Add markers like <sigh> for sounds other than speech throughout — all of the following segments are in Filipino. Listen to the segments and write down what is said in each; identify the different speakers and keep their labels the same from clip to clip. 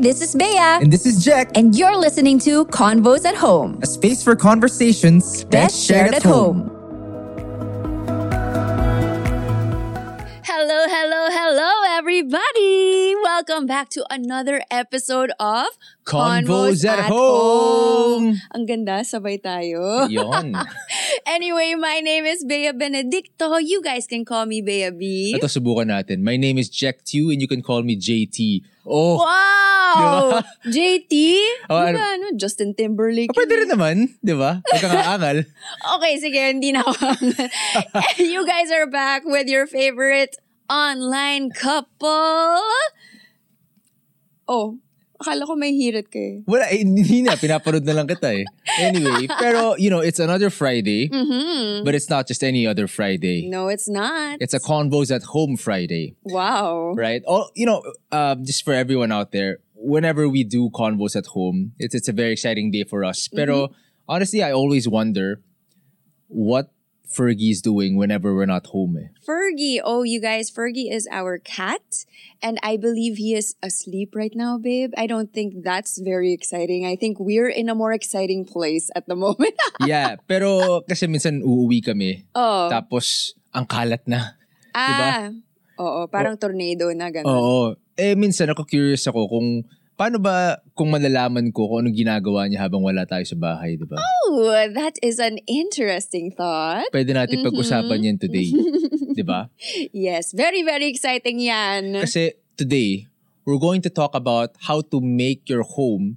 Speaker 1: This is Bea,
Speaker 2: And this is Jack,
Speaker 1: and you're listening to Convos at Home.
Speaker 2: a space for conversations
Speaker 1: Best shared at home. Hello, hello, hello, everybody! Welcome back to another episode of
Speaker 2: Convos at Home.
Speaker 1: Ang ganda, sabay
Speaker 2: <laughs>
Speaker 1: tayo. <laughs>
Speaker 2: Yon.
Speaker 1: Anyway, my name is Bea Benedicto. You guys can call me Bea B.
Speaker 2: Ito subukan natin. My name is Jack Tew and you can call me JT. Oh, <laughs>
Speaker 1: Wow! JT?
Speaker 2: Oh,
Speaker 1: Di
Speaker 2: ano-
Speaker 1: ba, ano, Justin Timberlake.
Speaker 2: ah, pwede rin naman, di ba? Pagkakangal.
Speaker 1: Okay, sige, hindi na ako. <laughs> you guys are back with your favorite online couple. Oh, akala ko may hirit ka eh.
Speaker 2: Wala, eh, hindi na. Pinaparod na lang kita eh. Anyway, pero, you know, it's another Friday.
Speaker 1: Mm-hmm.
Speaker 2: But it's not just any other Friday.
Speaker 1: No, it's not.
Speaker 2: It's a Convos at Home Friday.
Speaker 1: wow.
Speaker 2: right? Oh, you know, uh, just for everyone out there, whenever we do convos at home, it's it's a very exciting day for us. Pero honestly, I always wonder what Fergie's doing whenever we're not home. eh.
Speaker 1: Fergie. Oh, you guys, Fergie is our cat. And I believe he is asleep right now, babe. I don't think that's very exciting. I think we're in a more exciting place at the <laughs> moment.
Speaker 2: Yeah, <laughs> pero kasi minsan uuwi kami.
Speaker 1: oh.
Speaker 2: Tapos ang kalat na.
Speaker 1: ah. Oo, parang tornado na gano'n.
Speaker 2: Oo. Eh minsan ako curious ako kung paano ba kung malalaman ko kung anong ginagawa niya habang wala tayo sa bahay, 'di ba?
Speaker 1: Ooh, that is an interesting thought.
Speaker 2: Pwede natin pag-usapan 'yan today. 'Di ba?
Speaker 1: <laughs> Yes, very, very exciting yan.
Speaker 2: Kasi today, we're going to talk about how to make your home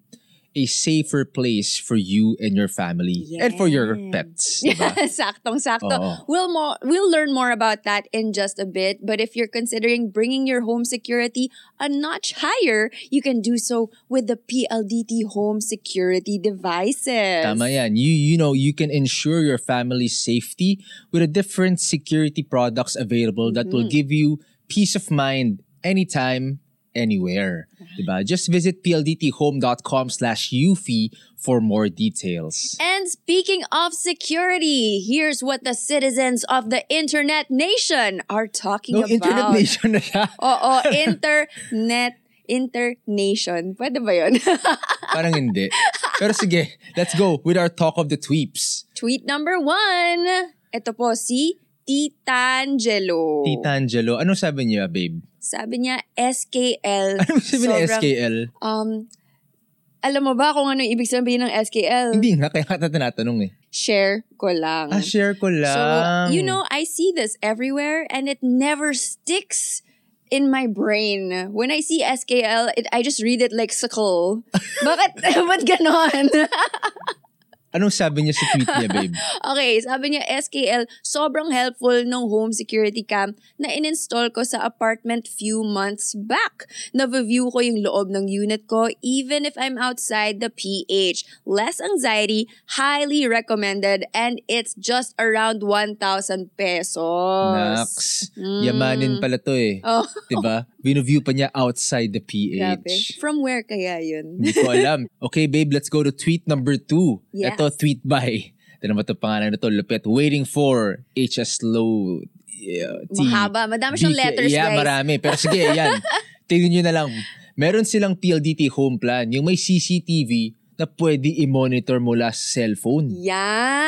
Speaker 2: a safer place for you and your family and for your
Speaker 1: Yeah.
Speaker 2: pets. diba?
Speaker 1: <laughs> Saktong sakto.
Speaker 2: Oo.
Speaker 1: We'll more we'll learn more about that in just a bit, but if you're considering bringing your home security a notch higher, you can do so with the PLDT home security devices.
Speaker 2: Tama yan. You, you know, you can ensure your family's safety with the different security products available that will give you peace of mind anytime, anywhere. Diba? Just visit pldthome.com slash ufi for more details.
Speaker 1: And speaking of security, here's what the citizens of the internet nation are talking
Speaker 2: No,
Speaker 1: about.
Speaker 2: internet nation na siya. <laughs>
Speaker 1: Oo, internet Internation. Pwede ba yun?
Speaker 2: Parang hindi. Pero sige, let's go with our talk of the tweeps.
Speaker 1: Tweet number one. Ito po si Titangelo.
Speaker 2: Tita Angelo, ano sabi niya, babe? <laughs>
Speaker 1: Sabi niya, SKL.
Speaker 2: Ano sabi niya
Speaker 1: Sobrang-
Speaker 2: SKL?
Speaker 1: Um, alam mo ba kung ano yung ibig sabihin ng SKL?
Speaker 2: Hindi nga, kaya kata tinatanong eh.
Speaker 1: Share ko lang.
Speaker 2: Ah, share ko
Speaker 1: So,
Speaker 2: lang.
Speaker 1: you know, I see this everywhere and it never sticks in my brain. When I see SKL, it, I just read it like
Speaker 2: <laughs>
Speaker 1: sickle. Bakit? <laughs> Ba't ganon?
Speaker 2: Anong sabi niya sa tweet niya,
Speaker 1: <laughs>
Speaker 2: babe?
Speaker 1: Okay, sabi niya SKL, sobrang helpful ng home security cam na ininstall ko sa apartment few months back. Navaview ko yung loob ng unit ko even if I'm outside the PH. Less anxiety, highly recommended, and it's just around 1,000 pesos.
Speaker 2: Nax. Yamanin pala to
Speaker 1: <laughs>
Speaker 2: eh.
Speaker 1: Oh,
Speaker 2: Diba? Binuview pa niya outside the
Speaker 1: grabe.
Speaker 2: PH.
Speaker 1: From where kaya yun?
Speaker 2: Hindi ko alam. Okay, babe, let's go to tweet number two.
Speaker 1: Yes.
Speaker 2: Ito, tweet by. Ito naman ito, pangalan na to, Lupet. Waiting for HS Low. Yeah, T.
Speaker 1: Mahaba. Madami siyang
Speaker 2: BK
Speaker 1: letters,
Speaker 2: yeah,
Speaker 1: guys.
Speaker 2: marami. Pero sige,
Speaker 1: <laughs>
Speaker 2: yan. Tingnan nyo na lang. Meron silang PLDT home plan, yung may CCTV na pwede i-monitor mula sa cellphone.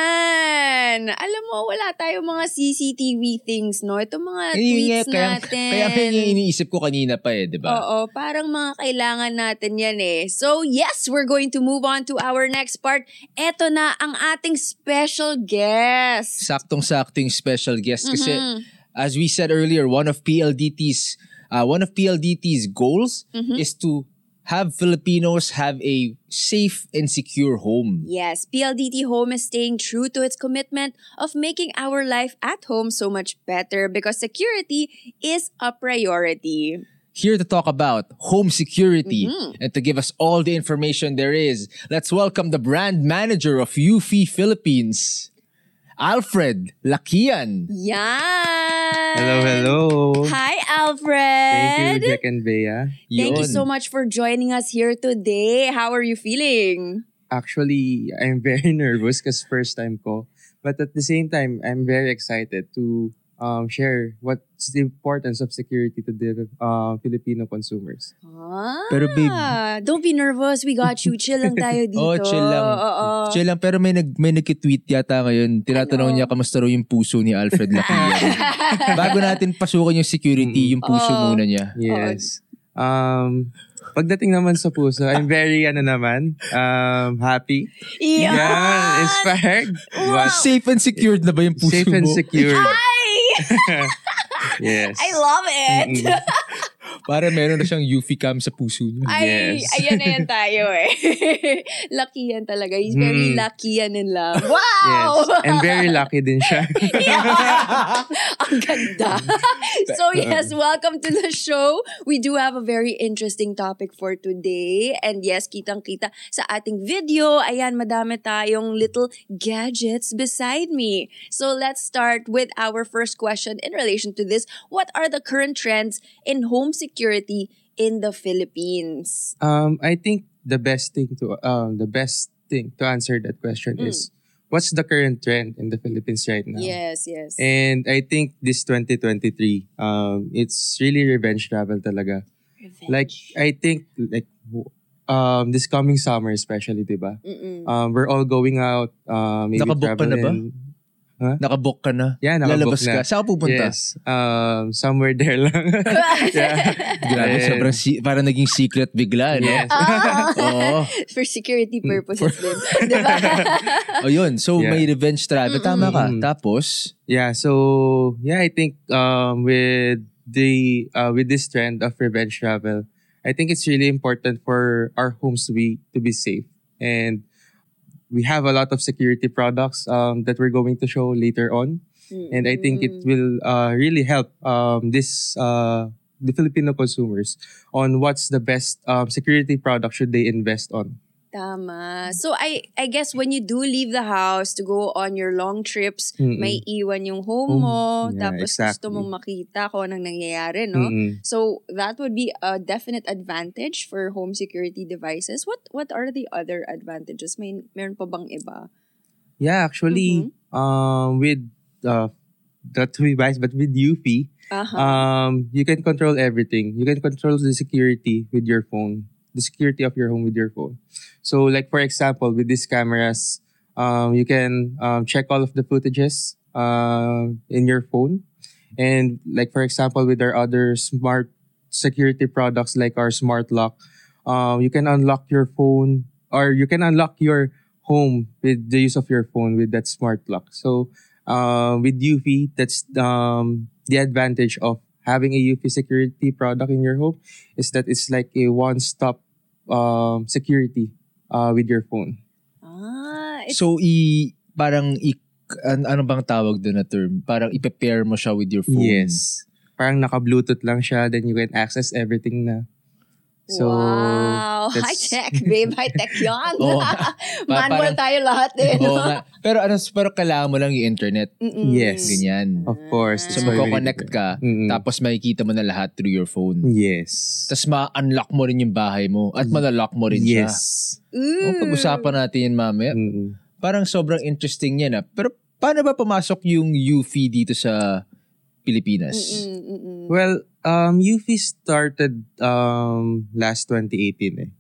Speaker 1: Yan! Alam mo, wala tayong mga CCTV things, no? Itong mga
Speaker 2: Eh, yun nga,
Speaker 1: tweets
Speaker 2: kaya,
Speaker 1: natin.
Speaker 2: kaya yun yung iniisip ko kanina pa eh, di ba?
Speaker 1: Oo, parang mga kailangan natin yan eh. So yes, we're going to move on to our next part. Eto na ang ating special guest.
Speaker 2: Saktong-sakto yung special guest kasi
Speaker 1: Mhm.
Speaker 2: as we said earlier, one of PLDT's uh, one of PLDT's goals
Speaker 1: Mm-hmm.
Speaker 2: is to have Filipinos have a safe and secure home.
Speaker 1: Yes, PLDT Home is staying true to its commitment of making our life at home so much better because security is a priority.
Speaker 2: here to talk about home security
Speaker 1: Mm-hmm.
Speaker 2: and to give us all the information there is. Let's welcome the brand manager of UFI Philippines, Alfred Lakian.
Speaker 1: Yan!
Speaker 3: Hello, hello.
Speaker 1: Hi, Alfred!
Speaker 3: Thank you, Jack and Bea.
Speaker 1: Thank you
Speaker 2: Yun.
Speaker 1: so much for joining us here today. How are you feeling?
Speaker 3: Actually, <laughs> I'm very nervous because first time ko. But at the same time, I'm very excited to um, share what's the importance of security to the uh, Filipino consumers.
Speaker 1: Ah,
Speaker 2: Pero babe-
Speaker 1: don't be nervous. We got you. Chill lang tayo dito.
Speaker 2: <laughs> Oh, chill lang.
Speaker 1: Oo.
Speaker 2: Chill lang, pero may, nag, may nag-tweet yata ngayon.
Speaker 1: Ano?
Speaker 2: Tinatanong niya kamusta raw yung puso ni Alfred
Speaker 1: <laughs>
Speaker 2: Lapilla. Bago natin pasukan yung security, yung puso
Speaker 1: Oo.
Speaker 2: muna niya.
Speaker 3: Yes. Um, pagdating naman sa puso, I'm very, <laughs> ano naman, um, happy.
Speaker 1: Yan!
Speaker 3: Yeah, inspired. But
Speaker 2: Safe and secured na ba yung puso
Speaker 3: safe and
Speaker 1: <laughs>
Speaker 2: mo?
Speaker 3: secure. <laughs>
Speaker 1: Ay!
Speaker 3: Yes.
Speaker 1: I love it.
Speaker 3: Mm-mm.
Speaker 2: Para meron na siyang UV cam sa puso niya.
Speaker 3: Ah.
Speaker 1: Ay,
Speaker 3: Yes.
Speaker 1: ayan na
Speaker 2: <laughs>
Speaker 1: yan tayo eh. lucky yan talaga. He's very
Speaker 2: Mm.
Speaker 3: Hmm.
Speaker 1: lucky yan in love. Wow!
Speaker 3: Yes. And
Speaker 1: <laughs>
Speaker 3: very lucky din siya.
Speaker 1: Yeah. <laughs> Ang ganda. so yes, welcome to the show. We do have a very interesting topic for today. And yes, kitang-kita sa ating video. Ayan, madami tayong little gadgets beside me. So let's start with our first question in relation to this. What are the current trends in home security in the Philippines?
Speaker 3: Um, I think the best thing to um the best thing to answer that question
Speaker 1: Mm.
Speaker 3: is what's the current trend in the Philippines right now?
Speaker 1: Yes, yes.
Speaker 3: And I think this 2023, um, it's really revenge travel talaga.
Speaker 1: Revenge.
Speaker 3: Like eh, I think like w- um this coming summer especially, diba?
Speaker 1: Mm-mm.
Speaker 3: Um, we're all going out. Uh, maybe
Speaker 2: Nakabook ka na ba?
Speaker 3: traveling.
Speaker 2: Nakabook ka na.
Speaker 3: Yeah, nakabook
Speaker 2: Lalabas
Speaker 3: na.
Speaker 2: ka. Saan ka pupunta?
Speaker 3: Yes. Um, somewhere <laughs> there
Speaker 1: <laughs>
Speaker 3: lang. <laughs> yeah.
Speaker 2: Grabe,
Speaker 3: Yes.
Speaker 2: sobrang si- para naging secret bigla, no?
Speaker 3: <laughs> Yes.
Speaker 1: Ah.
Speaker 2: Oo.
Speaker 1: <laughs> For security purposes din. diba? <laughs>
Speaker 2: O yun, so
Speaker 3: Yeah.
Speaker 2: may revenge travel. Tama ka.
Speaker 3: Mm-mm.
Speaker 2: Tapos,
Speaker 3: Yeah, so yeah, I think um with the uh with this trend of revenge travel, I think it's really important for our homes to be to be safe. And we have a lot of security products um that we're going to show later on. And I think
Speaker 1: Mm.
Speaker 3: it will uh really help um this uh the Filipino consumers on what's the best um, security product should they invest on.
Speaker 1: Tama. So I I guess when you do leave the house to go on your long trips,
Speaker 3: Mm-mm.
Speaker 1: may iwan yung home
Speaker 3: Home.
Speaker 1: mo,
Speaker 3: Yeah,
Speaker 1: tapos gusto
Speaker 3: exactly.
Speaker 1: mong makita kung anong nangyayari, no?
Speaker 3: Mm-mm.
Speaker 1: So that would be a definite advantage for home security devices. What what are the other advantages? May meron pa bang iba?
Speaker 3: Yeah, actually um with uh not to be biased, but with UFI,
Speaker 1: Aha.
Speaker 3: Um, you can control everything. You can control the security with your phone, the security of your home with your phone. So, like for example, with these cameras, um, you can um, check all of the footages uh, in your phone, and like for example, with our other smart security products like our smart lock, um, you can unlock your phone or you can unlock your home with the use of your phone with that smart lock. So uh, with UV, that's um, the advantage of having a UV security product in your home is that it's like a one-stop um, security uh, with your phone.
Speaker 1: ah, it's
Speaker 2: so i parang i an, ano bang tawag doon na term? Parang i-pair mo siya with your phone.
Speaker 3: Parang naka-Bluetooth lang siya, then you can access everything na. So,
Speaker 1: wow. <laughs>
Speaker 3: that's-
Speaker 1: High tech, babe. High
Speaker 3: <laughs>
Speaker 1: tech yan. <laughs>
Speaker 2: Oo.
Speaker 1: Manual
Speaker 2: parang-
Speaker 1: tayo lahat eh.
Speaker 2: <laughs>
Speaker 1: no?
Speaker 2: Oo nga. Pero ano, pero kailangan mo lang yung internet.
Speaker 1: Mm-mm.
Speaker 3: Yes.
Speaker 2: Ganyan.
Speaker 3: of course.
Speaker 1: So,
Speaker 3: that's
Speaker 2: So
Speaker 3: why we need
Speaker 2: magko-connect
Speaker 3: it.
Speaker 2: ka,
Speaker 3: Mm-mm.
Speaker 2: tapos makikita mo na lahat through your
Speaker 3: Mm.
Speaker 2: phone.
Speaker 3: Yes.
Speaker 2: Tapos ma-unlock mo rin yung bahay mo at malalock mo rin siya.
Speaker 3: Mm. yes.
Speaker 2: Oh,
Speaker 1: Ooh.
Speaker 2: pag-usapan natin yan mamaya.
Speaker 3: Mm-mm.
Speaker 2: Parang sobrang interesting yan ah. Pero paano ba pumasok yung UV dito sa
Speaker 1: Mm.
Speaker 2: Pilipinas?
Speaker 1: Mm-mm, mm-mm.
Speaker 3: Well, um, UFI started um, last 2018 eh.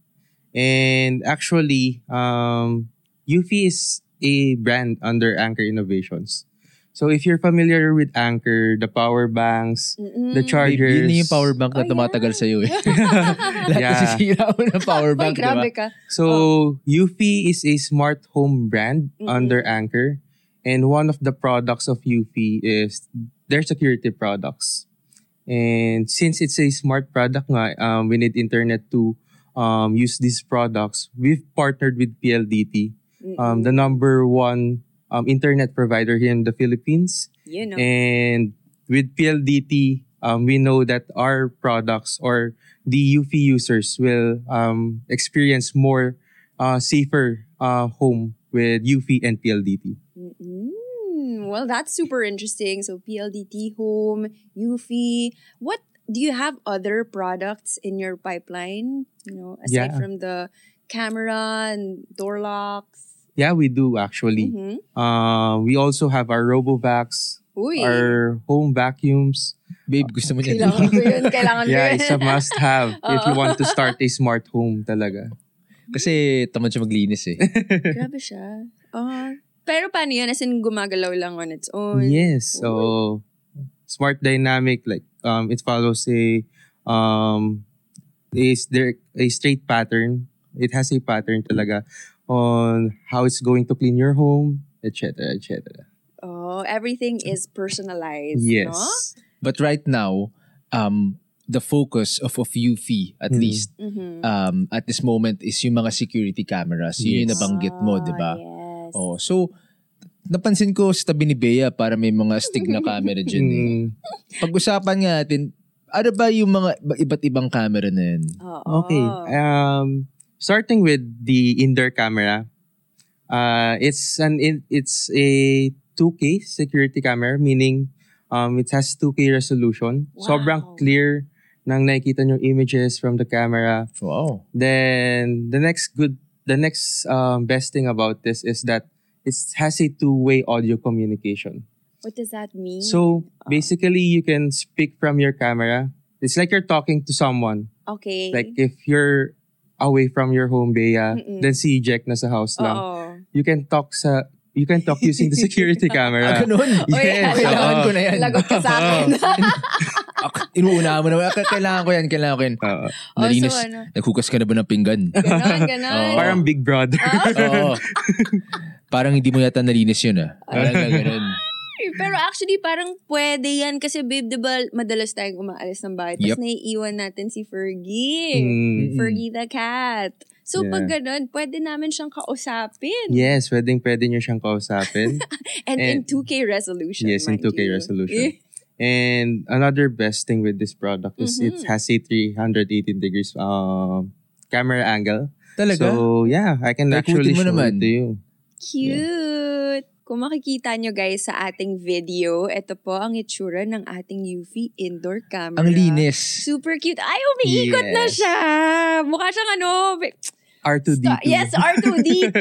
Speaker 3: And actually, um, UFI is a brand under Anchor Innovations. So if you're familiar with Anchor, the power banks,
Speaker 1: Mm-mm.
Speaker 3: the
Speaker 2: Babe,
Speaker 3: chargers.
Speaker 2: Yun yung power bank na
Speaker 1: Oh,
Speaker 2: tumatagal
Speaker 1: yeah. <laughs>
Speaker 2: sa'yo eh. Lahat
Speaker 3: Yeah.
Speaker 2: nasisira mo ng power
Speaker 1: Uy,
Speaker 2: bank, di ba?
Speaker 1: grabe ka.
Speaker 3: So Yufi is a smart home brand
Speaker 1: Mm-mm.
Speaker 3: under Anchor, and one of the products of Yufi is their security products. And since it's a smart product, nga, um, we need internet to um, use these products. We've partnered with PLDT,
Speaker 1: Mm-mm.
Speaker 3: um, the number one um, internet provider here in the Philippines.
Speaker 1: you know.
Speaker 3: And with PLDT, um, we know that our products or the UFI users will um, experience more uh, safer uh, home with UFI and PLDT.
Speaker 1: Mm-mm. Mm-hmm. Well, that's super interesting. So PLDT Home, Ufi. What do you have other products in your pipeline? You know, aside
Speaker 3: Yeah.
Speaker 1: from the camera and door locks.
Speaker 3: Yeah, we do actually.
Speaker 1: Mhm.
Speaker 3: Uh, we also have our RoboVax,
Speaker 1: Uy.
Speaker 3: our home vacuums.
Speaker 2: Babe, gusto mo niya.
Speaker 1: Kailangan ko
Speaker 3: <laughs>
Speaker 1: yun. Kailangan ko
Speaker 3: Yeah,
Speaker 1: yun.
Speaker 3: it's a must have if you
Speaker 1: Oo.
Speaker 3: want to start a smart home talaga.
Speaker 2: <laughs> Kasi tamad siya maglinis eh.
Speaker 1: Grabe siya. Ah. pero paano yun? As in, gumagalaw lang on its own.
Speaker 3: Yes, so smart dynamic like um it follows a um is there a straight pattern. It has a pattern talaga on how it's going to clean your home, etc., etc.
Speaker 1: Oh, everything is personalized,
Speaker 3: Yes.
Speaker 1: no?
Speaker 2: But right now, um, the focus of, of UFI, at
Speaker 3: Mm.
Speaker 2: least,
Speaker 1: Mhm.
Speaker 2: um, at this moment is yung mga security cameras. Yun yung
Speaker 3: Yes.
Speaker 2: nabanggit mo, di ba?
Speaker 1: Ah, Yes.
Speaker 2: Oh, so, napansin ko sa tabi ni Bea para may mga stig na camera
Speaker 3: <laughs>
Speaker 2: dyan eh.
Speaker 3: Mm,
Speaker 2: Pag-usapan nga natin, ano ba yung mga iba- iba't ibang camera na yun?
Speaker 1: Oo.
Speaker 3: Okay.
Speaker 1: Ah.
Speaker 3: Um, starting with the indoor camera, uh, it's an in, it's a 2K security camera, meaning um, it has 2K resolution.
Speaker 1: Wow.
Speaker 3: Sobrang clear ng nakikita yung images from the camera.
Speaker 2: Wow.
Speaker 3: Then the next good, the next um, best thing about this is that it has a two-way audio communication.
Speaker 1: What does that mean?
Speaker 3: So
Speaker 1: Ah.
Speaker 3: basically, you can speak from your camera. It's like you're talking to someone.
Speaker 1: okay.
Speaker 3: Like if you're away from your home, Bea,
Speaker 1: Mm-mm.
Speaker 3: then si Jack nasa house lang. <laughs>
Speaker 1: Oo.
Speaker 3: You can talk sa you can talk using the
Speaker 1: <laughs>
Speaker 3: security
Speaker 2: Ah,
Speaker 3: camera.
Speaker 2: ganun? <laughs>
Speaker 1: Uy,
Speaker 3: Yes,
Speaker 2: kailangan
Speaker 3: oo.
Speaker 2: ko na yan.
Speaker 1: Lagot ka sa akin. <laughs> Oh,
Speaker 2: Ak- Inuuna mo na. "Ah, Kailangan ko yan, kailangan ko yan.
Speaker 3: Oo.
Speaker 1: oh,
Speaker 2: Nalinis.
Speaker 1: so ano?
Speaker 2: Naghugas ka na ba ng pinggan?
Speaker 1: Ganon,
Speaker 3: <laughs>
Speaker 1: ganon.
Speaker 2: <laughs> Oo.
Speaker 3: Parang Big Brother.
Speaker 1: Ah,
Speaker 2: Oo. Parang hindi mo yata nalinis yun ah. Parang ganun.
Speaker 1: Ay, Pero actually, parang pwede yan kasi babe, di ba, madalas tayong umaalis ng bahay. Tapos
Speaker 2: Yep.
Speaker 1: naiiwan natin si Fergie.
Speaker 3: <laughs> Mm.
Speaker 2: Mm.
Speaker 1: Fergie the cat. So
Speaker 3: Yeah.
Speaker 1: pag ganun, pwede namin siyang kausapin.
Speaker 3: Yes, pwedeng pwede niyo siyang
Speaker 1: <laughs>
Speaker 3: kausapin.
Speaker 1: And, in
Speaker 3: And-
Speaker 1: 2K resolution,
Speaker 3: Yes, in
Speaker 1: mind
Speaker 3: 2K
Speaker 1: you.
Speaker 3: resolution. And another best thing with this product is
Speaker 1: Mhm.
Speaker 3: it has a 380 degrees um, camera angle.
Speaker 2: Talaga?
Speaker 3: So yeah, I
Speaker 2: Takutin
Speaker 3: can actually
Speaker 2: mo
Speaker 3: show
Speaker 2: naman.
Speaker 3: it to you.
Speaker 1: <laughs> Cute! Kung makikita nyo guys sa ating video, ito po ang itsura ng ating UV indoor camera.
Speaker 2: Ang linis.
Speaker 1: Super cute. Ay, umiikot na
Speaker 3: Yes.
Speaker 1: siya. Mukha siyang ano.
Speaker 3: R2D2.
Speaker 1: Yes, R2-D2.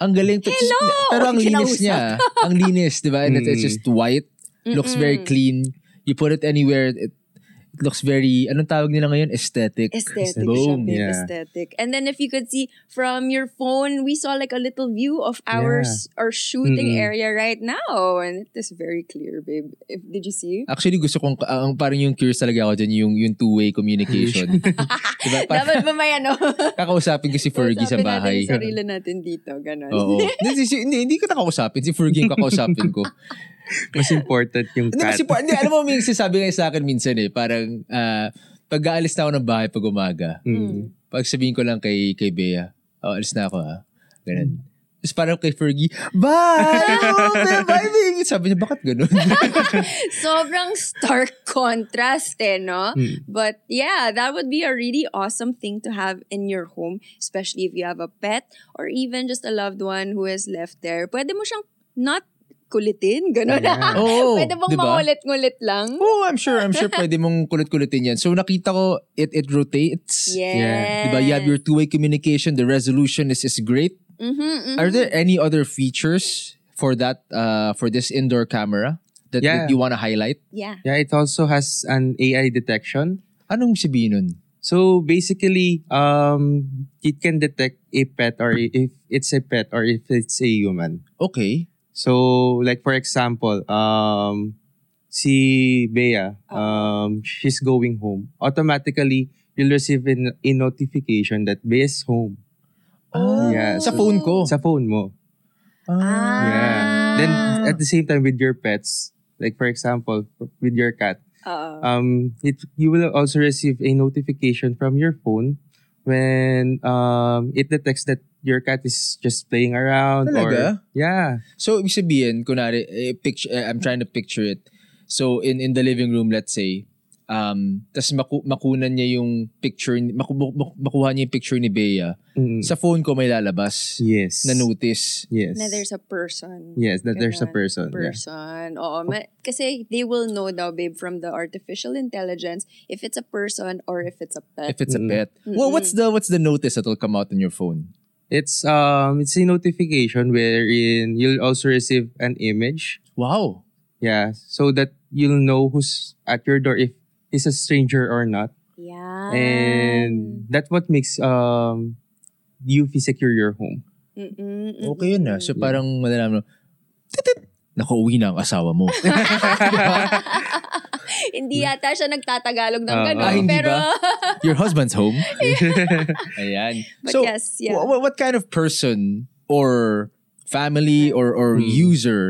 Speaker 2: Ang galing.
Speaker 1: Hello!
Speaker 2: Pero ang linis
Speaker 1: Kinausap.
Speaker 2: niya. <laughs> ang linis, di ba? And it- it's
Speaker 3: Mm.
Speaker 2: just white. Looks very
Speaker 1: Mm-mm.
Speaker 2: clean. You put it anywhere. It, it looks very, anong tawag nila ngayon? Aesthetic.
Speaker 1: Aesthetic siya,
Speaker 2: Boom.
Speaker 1: babe.
Speaker 3: Yeah.
Speaker 1: Aesthetic. And then if you could see from your phone, we saw like a little view of our
Speaker 3: Yeah.
Speaker 1: s- our shooting
Speaker 3: Mm-mm.
Speaker 1: area right now. And it is very clear, babe. If, did you see?
Speaker 2: Actually, gusto kong, ah, ang parang yung curious talaga ako dyan, yung, yung two-way
Speaker 1: <laughs>
Speaker 2: communication. diba? Parang
Speaker 1: Dapat mamaya, no?
Speaker 2: kakausapin ko si Fergie sa
Speaker 1: Kausapin
Speaker 2: bahay.
Speaker 1: Natin yung sarili natin dito. Ganon.
Speaker 2: Oo. hindi, si- hindi, hindi ko nakausapin. Si Fergie yung kakausapin
Speaker 1: <laughs>
Speaker 2: ko.
Speaker 3: Mas important yung
Speaker 2: Hindi
Speaker 3: cat.
Speaker 2: kasi pa, hindi, alam mo, may sasabi nga sa akin minsan eh, parang ah, pag aalis na ako ng bahay pag umaga,
Speaker 1: Hmm.
Speaker 3: Mm.
Speaker 2: pag sabihin ko lang kay, kay Bea, oh, alis na ako ha, ganun. Tapos parang kay Fergie, bye! Oh, bye, bye, baby! Sabi niya, bakit ganun? <laughs>
Speaker 1: Sobrang stark <laughs> contrast eh, no?
Speaker 3: Mm.
Speaker 2: Hmm.
Speaker 1: But yeah, that would be a really awesome thing to have in your home, especially if you have a pet or even just a loved one who is left there. Pwede mo siyang not kulitin, gano'n. <laughs>
Speaker 3: Yeah.
Speaker 2: Oo,
Speaker 1: Pwede bang
Speaker 2: diba?
Speaker 1: mangulit-ngulit lang?
Speaker 2: Oh, I'm sure, I'm sure pwede mong kulit-kulitin yan. So nakita ko, it it rotates.
Speaker 1: Yes.
Speaker 3: Yeah.
Speaker 2: Diba? You have your two-way communication, the resolution is, is great.
Speaker 1: Mhm, mhm.
Speaker 2: Are there any other features for that, uh, for this indoor camera that, that
Speaker 3: Yeah.
Speaker 2: you want to highlight?
Speaker 1: Yeah.
Speaker 3: Yeah, it also has an AI detection.
Speaker 2: Anong sabihin nun?
Speaker 3: So basically, um, it can detect a pet or i- if it's a pet or if it's a human.
Speaker 2: Okay.
Speaker 3: So like for example, um, si Bea, um, she's going home. Automatically, you'll receive an, a notification that Bea is home
Speaker 2: Ah,
Speaker 3: Oh. Yeah,
Speaker 2: Sa
Speaker 3: so-
Speaker 2: phone ko.
Speaker 3: sa phone mo.
Speaker 1: Ah.
Speaker 3: Yeah. Then at the same time with your pets, like for example, with your cat,
Speaker 2: uh,
Speaker 1: Oo.
Speaker 3: um, it you will also receive a notification from your phone when um, it detects that your cat is just playing around or
Speaker 2: Talaga?
Speaker 3: yeah
Speaker 2: So, ibig sabihin, kunwari, eh, picture, eh, I'm trying to picture it. So, in in the living room, let's say, um, tas maku- makunan niya yung picture, ni- maku- maku- makuha niya yung picture ni Bea.
Speaker 3: Mm.
Speaker 2: Sa phone ko may lalabas
Speaker 3: yes
Speaker 2: na notice.
Speaker 3: yes
Speaker 1: na there's a person.
Speaker 3: yes that there's a
Speaker 1: Ganun.
Speaker 3: person, yeah.
Speaker 1: person. Oo, ma- kasi they will know daw, babe, from the artificial intelligence if it's a person or if it's a pet.
Speaker 2: If it's a
Speaker 3: Mm-mm.
Speaker 2: pet. Well, what's the what's the notice that'll come out on your phone?
Speaker 3: it's um it's a notification wherein you'll also receive an image
Speaker 2: Wow.
Speaker 3: Yeah, so that you'll know who's at your door if it's a stranger or not.
Speaker 1: Yan.
Speaker 3: And that's what makes um you feel secure your home. <laughs>
Speaker 1: Mm-mm, mm-mm.
Speaker 2: Okay yun ah. na. So parang malalaman mo, titit, nakauwi na ang asawa
Speaker 1: <laughs>
Speaker 2: mo.
Speaker 1: <laughs> hindi yata siya nagtatagalog ng
Speaker 3: Ah,
Speaker 1: ganun.
Speaker 3: ah,
Speaker 2: hindi
Speaker 1: pero,
Speaker 2: ba?
Speaker 1: <laughs>
Speaker 2: Your husband's home. <laughs> Ayan.
Speaker 1: but
Speaker 2: so,
Speaker 1: yes, yeah.
Speaker 2: wha- wha- what kind of person or family
Speaker 1: Mm-hmm.
Speaker 2: or, or
Speaker 3: Hmm.
Speaker 2: user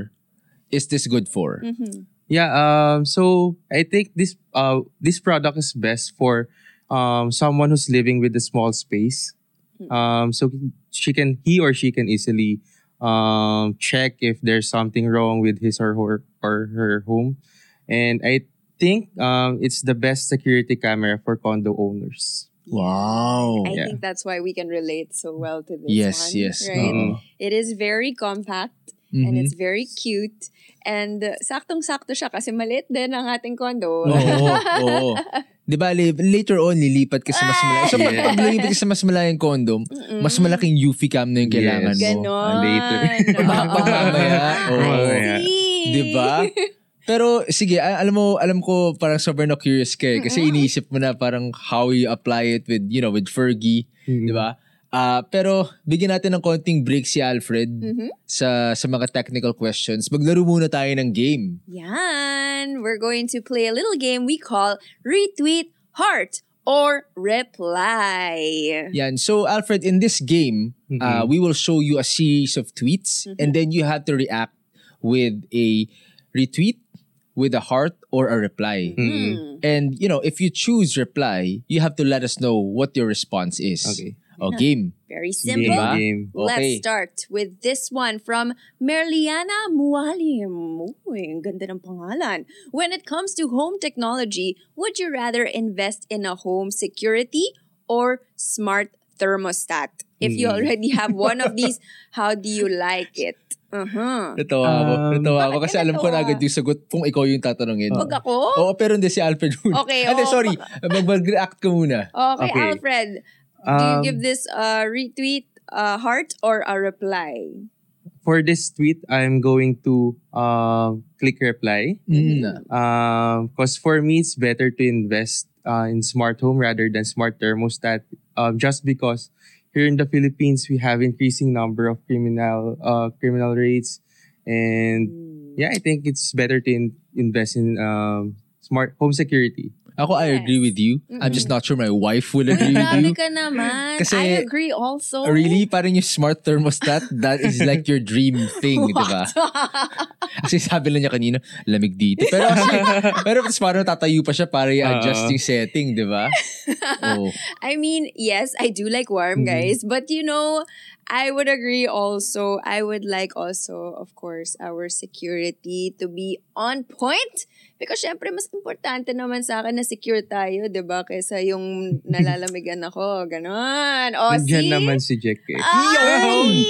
Speaker 2: is this good for?
Speaker 1: Mhm.
Speaker 3: yeah, um so I think this uh this product is best for um someone who's living with a small space.
Speaker 1: Hmm.
Speaker 3: Um so she can he or she can easily um check if there's something wrong with his or her or her home. And I think um it's the best security camera for condo owners.
Speaker 2: Wow.
Speaker 1: Mm-hmm. I
Speaker 3: Yeah.
Speaker 1: think that's why we can relate so well to this
Speaker 2: Yes,
Speaker 1: one,
Speaker 2: yes.
Speaker 1: Right?
Speaker 2: Oo.
Speaker 3: Um,
Speaker 1: It is very compact and
Speaker 2: Mhm.
Speaker 1: it's very cute. And uh, saktong-sakto siya kasi maliit din ang ating condo.
Speaker 2: Oo, oo. Mm-hmm. <laughs> Di ba, li- later on, lilipat ka sa mas
Speaker 1: <laughs>
Speaker 2: malayo. So, pag,
Speaker 3: Yeah.
Speaker 2: pag lilipat ka sa mas malayong condom,
Speaker 1: Mm-mm.
Speaker 2: mas malaking UV cam na yung kailangan
Speaker 3: Yes.
Speaker 2: mo.
Speaker 1: Ganon.
Speaker 3: later.
Speaker 2: Baka- baka
Speaker 1: <laughs> Oo.
Speaker 2: mamaya, oo.
Speaker 1: I see.
Speaker 2: Di
Speaker 1: <laughs>
Speaker 2: ba? Pero sige, a- alam mo, alam ko parang sobrang na curious ka eh, kasi iniisip mo na parang how you apply it with, you know, with Fergie,
Speaker 3: Mm.
Speaker 2: 'di ba? Ah, pero bigyan natin ng konting break si Alfred
Speaker 1: Mhm.
Speaker 2: sa sa mga technical questions. Maglaro muna tayo ng game.
Speaker 1: Yan. We're going to play a little game we call Retweet Heart or Reply.
Speaker 2: Yan. So Alfred, in this game, ah, we will show you a series of tweets and then you have to react with a retweet, with a heart or a reply.
Speaker 1: Hmm.
Speaker 2: And you know, if you choose reply, you have to let us know what your response is.
Speaker 3: Okay.
Speaker 2: O game.
Speaker 1: Very simple.
Speaker 3: Game,
Speaker 2: Diba?
Speaker 3: game.
Speaker 1: Let's
Speaker 2: Okay.
Speaker 1: start with this one from Merliana Mualim. Uy, ang ganda ng pangalan. When it comes to home technology, would you rather invest in a home security or smart thermostat? If you
Speaker 3: Hmm.
Speaker 1: already
Speaker 2: <laughs>
Speaker 1: have one of these, how do you like it? Uh-huh.
Speaker 2: Natawa ako.
Speaker 3: Um,
Speaker 2: Natawa ako
Speaker 1: Bakit
Speaker 2: kasi alam ko
Speaker 1: natawa?
Speaker 2: na agad yung sagot kung ikaw yung tatanungin.
Speaker 1: Pag ako?
Speaker 2: Oo, pero hindi si Alfred muna. <laughs>
Speaker 1: Okay, oh,
Speaker 2: Ate,
Speaker 1: oo.
Speaker 2: Oh, sorry. Mag- Mag-react ka muna.
Speaker 1: Okay,
Speaker 3: Okay.
Speaker 1: Alfred, do you
Speaker 3: Um,
Speaker 1: give this a retweet, a heart, or a reply?
Speaker 3: for this tweet, I'm going to uh, click reply.
Speaker 1: Mm-hmm.
Speaker 2: Mm.
Speaker 3: Because Um, for me, it's better to invest uh, in smart home rather than smart thermostat. Um, just because here in the Philippines, we have increasing number of criminal uh, criminal rates, and
Speaker 1: Mm.
Speaker 3: yeah, I think it's better to in- invest in um, smart home security.
Speaker 2: Ako, I agree with you. I'm
Speaker 1: Mm-mm.
Speaker 2: just not sure my wife will
Speaker 1: Uy,
Speaker 2: agree with
Speaker 1: grabe
Speaker 2: you.
Speaker 1: ka naman.
Speaker 2: Mm. Kasi-
Speaker 1: I agree also.
Speaker 2: Really? Parang yung smart thermostat, that is like your dream thing, di ba? Kasi sabi lang niya kanina, lamig dito. Pero
Speaker 1: <laughs>
Speaker 2: kasi, pero mas parang tatayo pa siya para i-adjust
Speaker 3: Oo.
Speaker 2: yung setting, di
Speaker 1: <laughs>
Speaker 2: ba? Oh. Oo.
Speaker 1: <laughs> I mean, yes, I do like warm,
Speaker 2: Mm-hmm.
Speaker 3: Mhm.
Speaker 1: guys. But you know, I would agree also. I would like also, of course, our security to be on point. Because syempre, mas importante naman sa akin na secure tayo, di ba? Kesa
Speaker 2: <laughs>
Speaker 1: yung nalalamigan ako. Ganon. O, Oh,
Speaker 3: Nandiyan
Speaker 1: see?
Speaker 3: naman si Jack eh.
Speaker 1: Ay!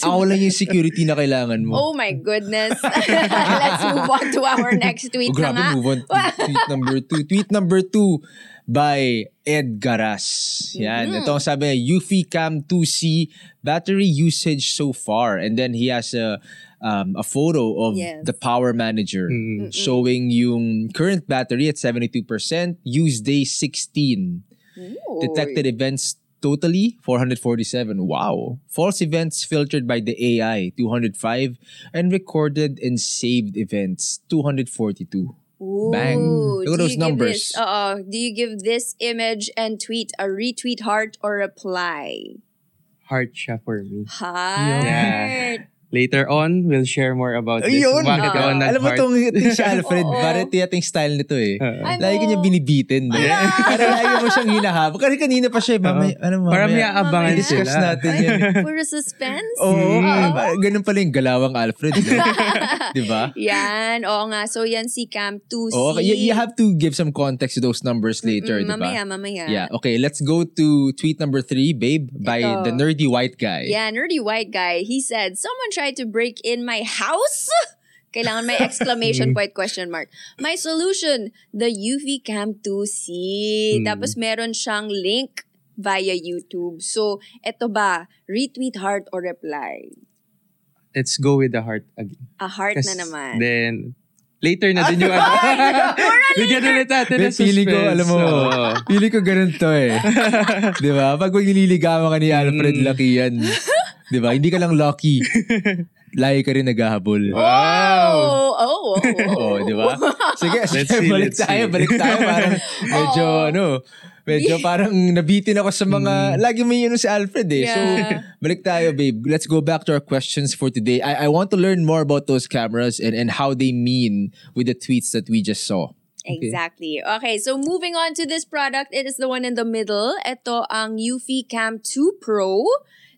Speaker 2: Ako lang yung security na kailangan mo.
Speaker 1: <laughs> Oh my goodness. <laughs> Let's move on to our next tweet
Speaker 2: Oh, grabe,
Speaker 1: na nga.
Speaker 2: move on. Tweet, tweet number two. Tweet number two by Ed Garas. Yan.
Speaker 1: Mhm.
Speaker 2: Ito ang sabi niya, Eufy Cam 2C battery usage so far. And then he has a, um, a photo of
Speaker 1: Yes.
Speaker 2: the power manager
Speaker 3: Mm.
Speaker 2: showing yung current battery at 72%, use day 16.
Speaker 1: Ooh.
Speaker 2: Detected events totally 447. Wow. False events filtered by the AI 205 and recorded and saved events 242.
Speaker 1: Ooh.
Speaker 2: Bang.
Speaker 1: Do
Speaker 2: Look at
Speaker 1: you
Speaker 2: those
Speaker 1: give this-
Speaker 2: numbers.
Speaker 1: Uh-oh. Do you give this image and tweet a retweet heart or reply?
Speaker 3: Heart siya for me.
Speaker 1: Heart.
Speaker 3: Yeah. Later on, we'll share more about this.
Speaker 2: Ayun!
Speaker 1: Oo.
Speaker 3: Bakit ako nag-heart?
Speaker 2: Alam mo itong itong si Alfred,
Speaker 1: Oo.
Speaker 2: parang tiyata yung style nito eh.
Speaker 3: Oo.
Speaker 1: Ano?
Speaker 2: Lagi kanya binibitin. No?
Speaker 3: Ala!
Speaker 2: <laughs> parang lagi mo siyang hinahabol. Kasi kanina pa siya, eh, mamaya, ano mamaya.
Speaker 3: Para may aabangan
Speaker 1: Mamaya.
Speaker 3: sila.
Speaker 2: discuss natin yan.
Speaker 1: Puro suspense?
Speaker 2: <laughs> Oo,
Speaker 3: Hmm.
Speaker 1: Oo.
Speaker 2: parang ganun pala yung galawang Alfred. eh. No? Di ba?
Speaker 1: <laughs> Yan. Oo nga. So, yan si Cam 2C.
Speaker 2: Oo, okay. you, you have to give some context to those numbers later,
Speaker 1: Mm,
Speaker 2: diba? di ba?
Speaker 1: Mamaya, mamaya.
Speaker 2: Yeah, okay. Let's go to tweet number three, babe, by
Speaker 1: Ito.
Speaker 2: the nerdy white guy.
Speaker 1: Yeah, nerdy white guy. He said, someone tried to break in my house? <laughs> Kailangan may
Speaker 3: Mm.
Speaker 1: exclamation point question mark. My solution, the UV Cam 2C.
Speaker 3: Hmm.
Speaker 1: Tapos meron siyang link via YouTube. So, eto ba, retweet heart or reply?
Speaker 3: <laughs> let's go with the heart again.
Speaker 1: A heart na
Speaker 3: 'Cause
Speaker 1: naman.
Speaker 3: Then, later na
Speaker 1: <laughs>
Speaker 3: din yung ano. <laughs> Bigyan ulit natin
Speaker 2: Hindi,
Speaker 3: ng suspense.
Speaker 2: feeling ko, alam mo,
Speaker 3: Oo.
Speaker 2: Pili ko ganun to eh.
Speaker 1: <laughs>
Speaker 2: di ba? Pag pag nililigawan ka ni Alfred,
Speaker 3: Mm.
Speaker 2: lucky yan. Di ba? Hindi ka lang <laughs> lucky. Lahi ka rin naghahabol.
Speaker 3: wow!
Speaker 1: Oh, oh, oh,
Speaker 3: <laughs>
Speaker 1: oh.
Speaker 2: Oo, di ba? <laughs> Sige, sige,
Speaker 3: see,
Speaker 2: balik
Speaker 3: let's
Speaker 2: tayo,
Speaker 3: see.
Speaker 2: balik tayo.
Speaker 3: <laughs>
Speaker 2: Parang medyo
Speaker 1: Oo.
Speaker 2: ano,
Speaker 1: <laughs>
Speaker 2: medyo parang nabitin ako sa mga,
Speaker 3: Hmm.
Speaker 2: lagi may yun si Alfred eh. So,
Speaker 1: Yeah.
Speaker 2: balik tayo babe. Let's go back to our questions for today. I, I want to learn more about those cameras and, and how they mean with the tweets that we just saw.
Speaker 1: Exactly. Okay, so moving on to this product, it is the one in the middle. Ito ang Eufy Cam 2 Pro.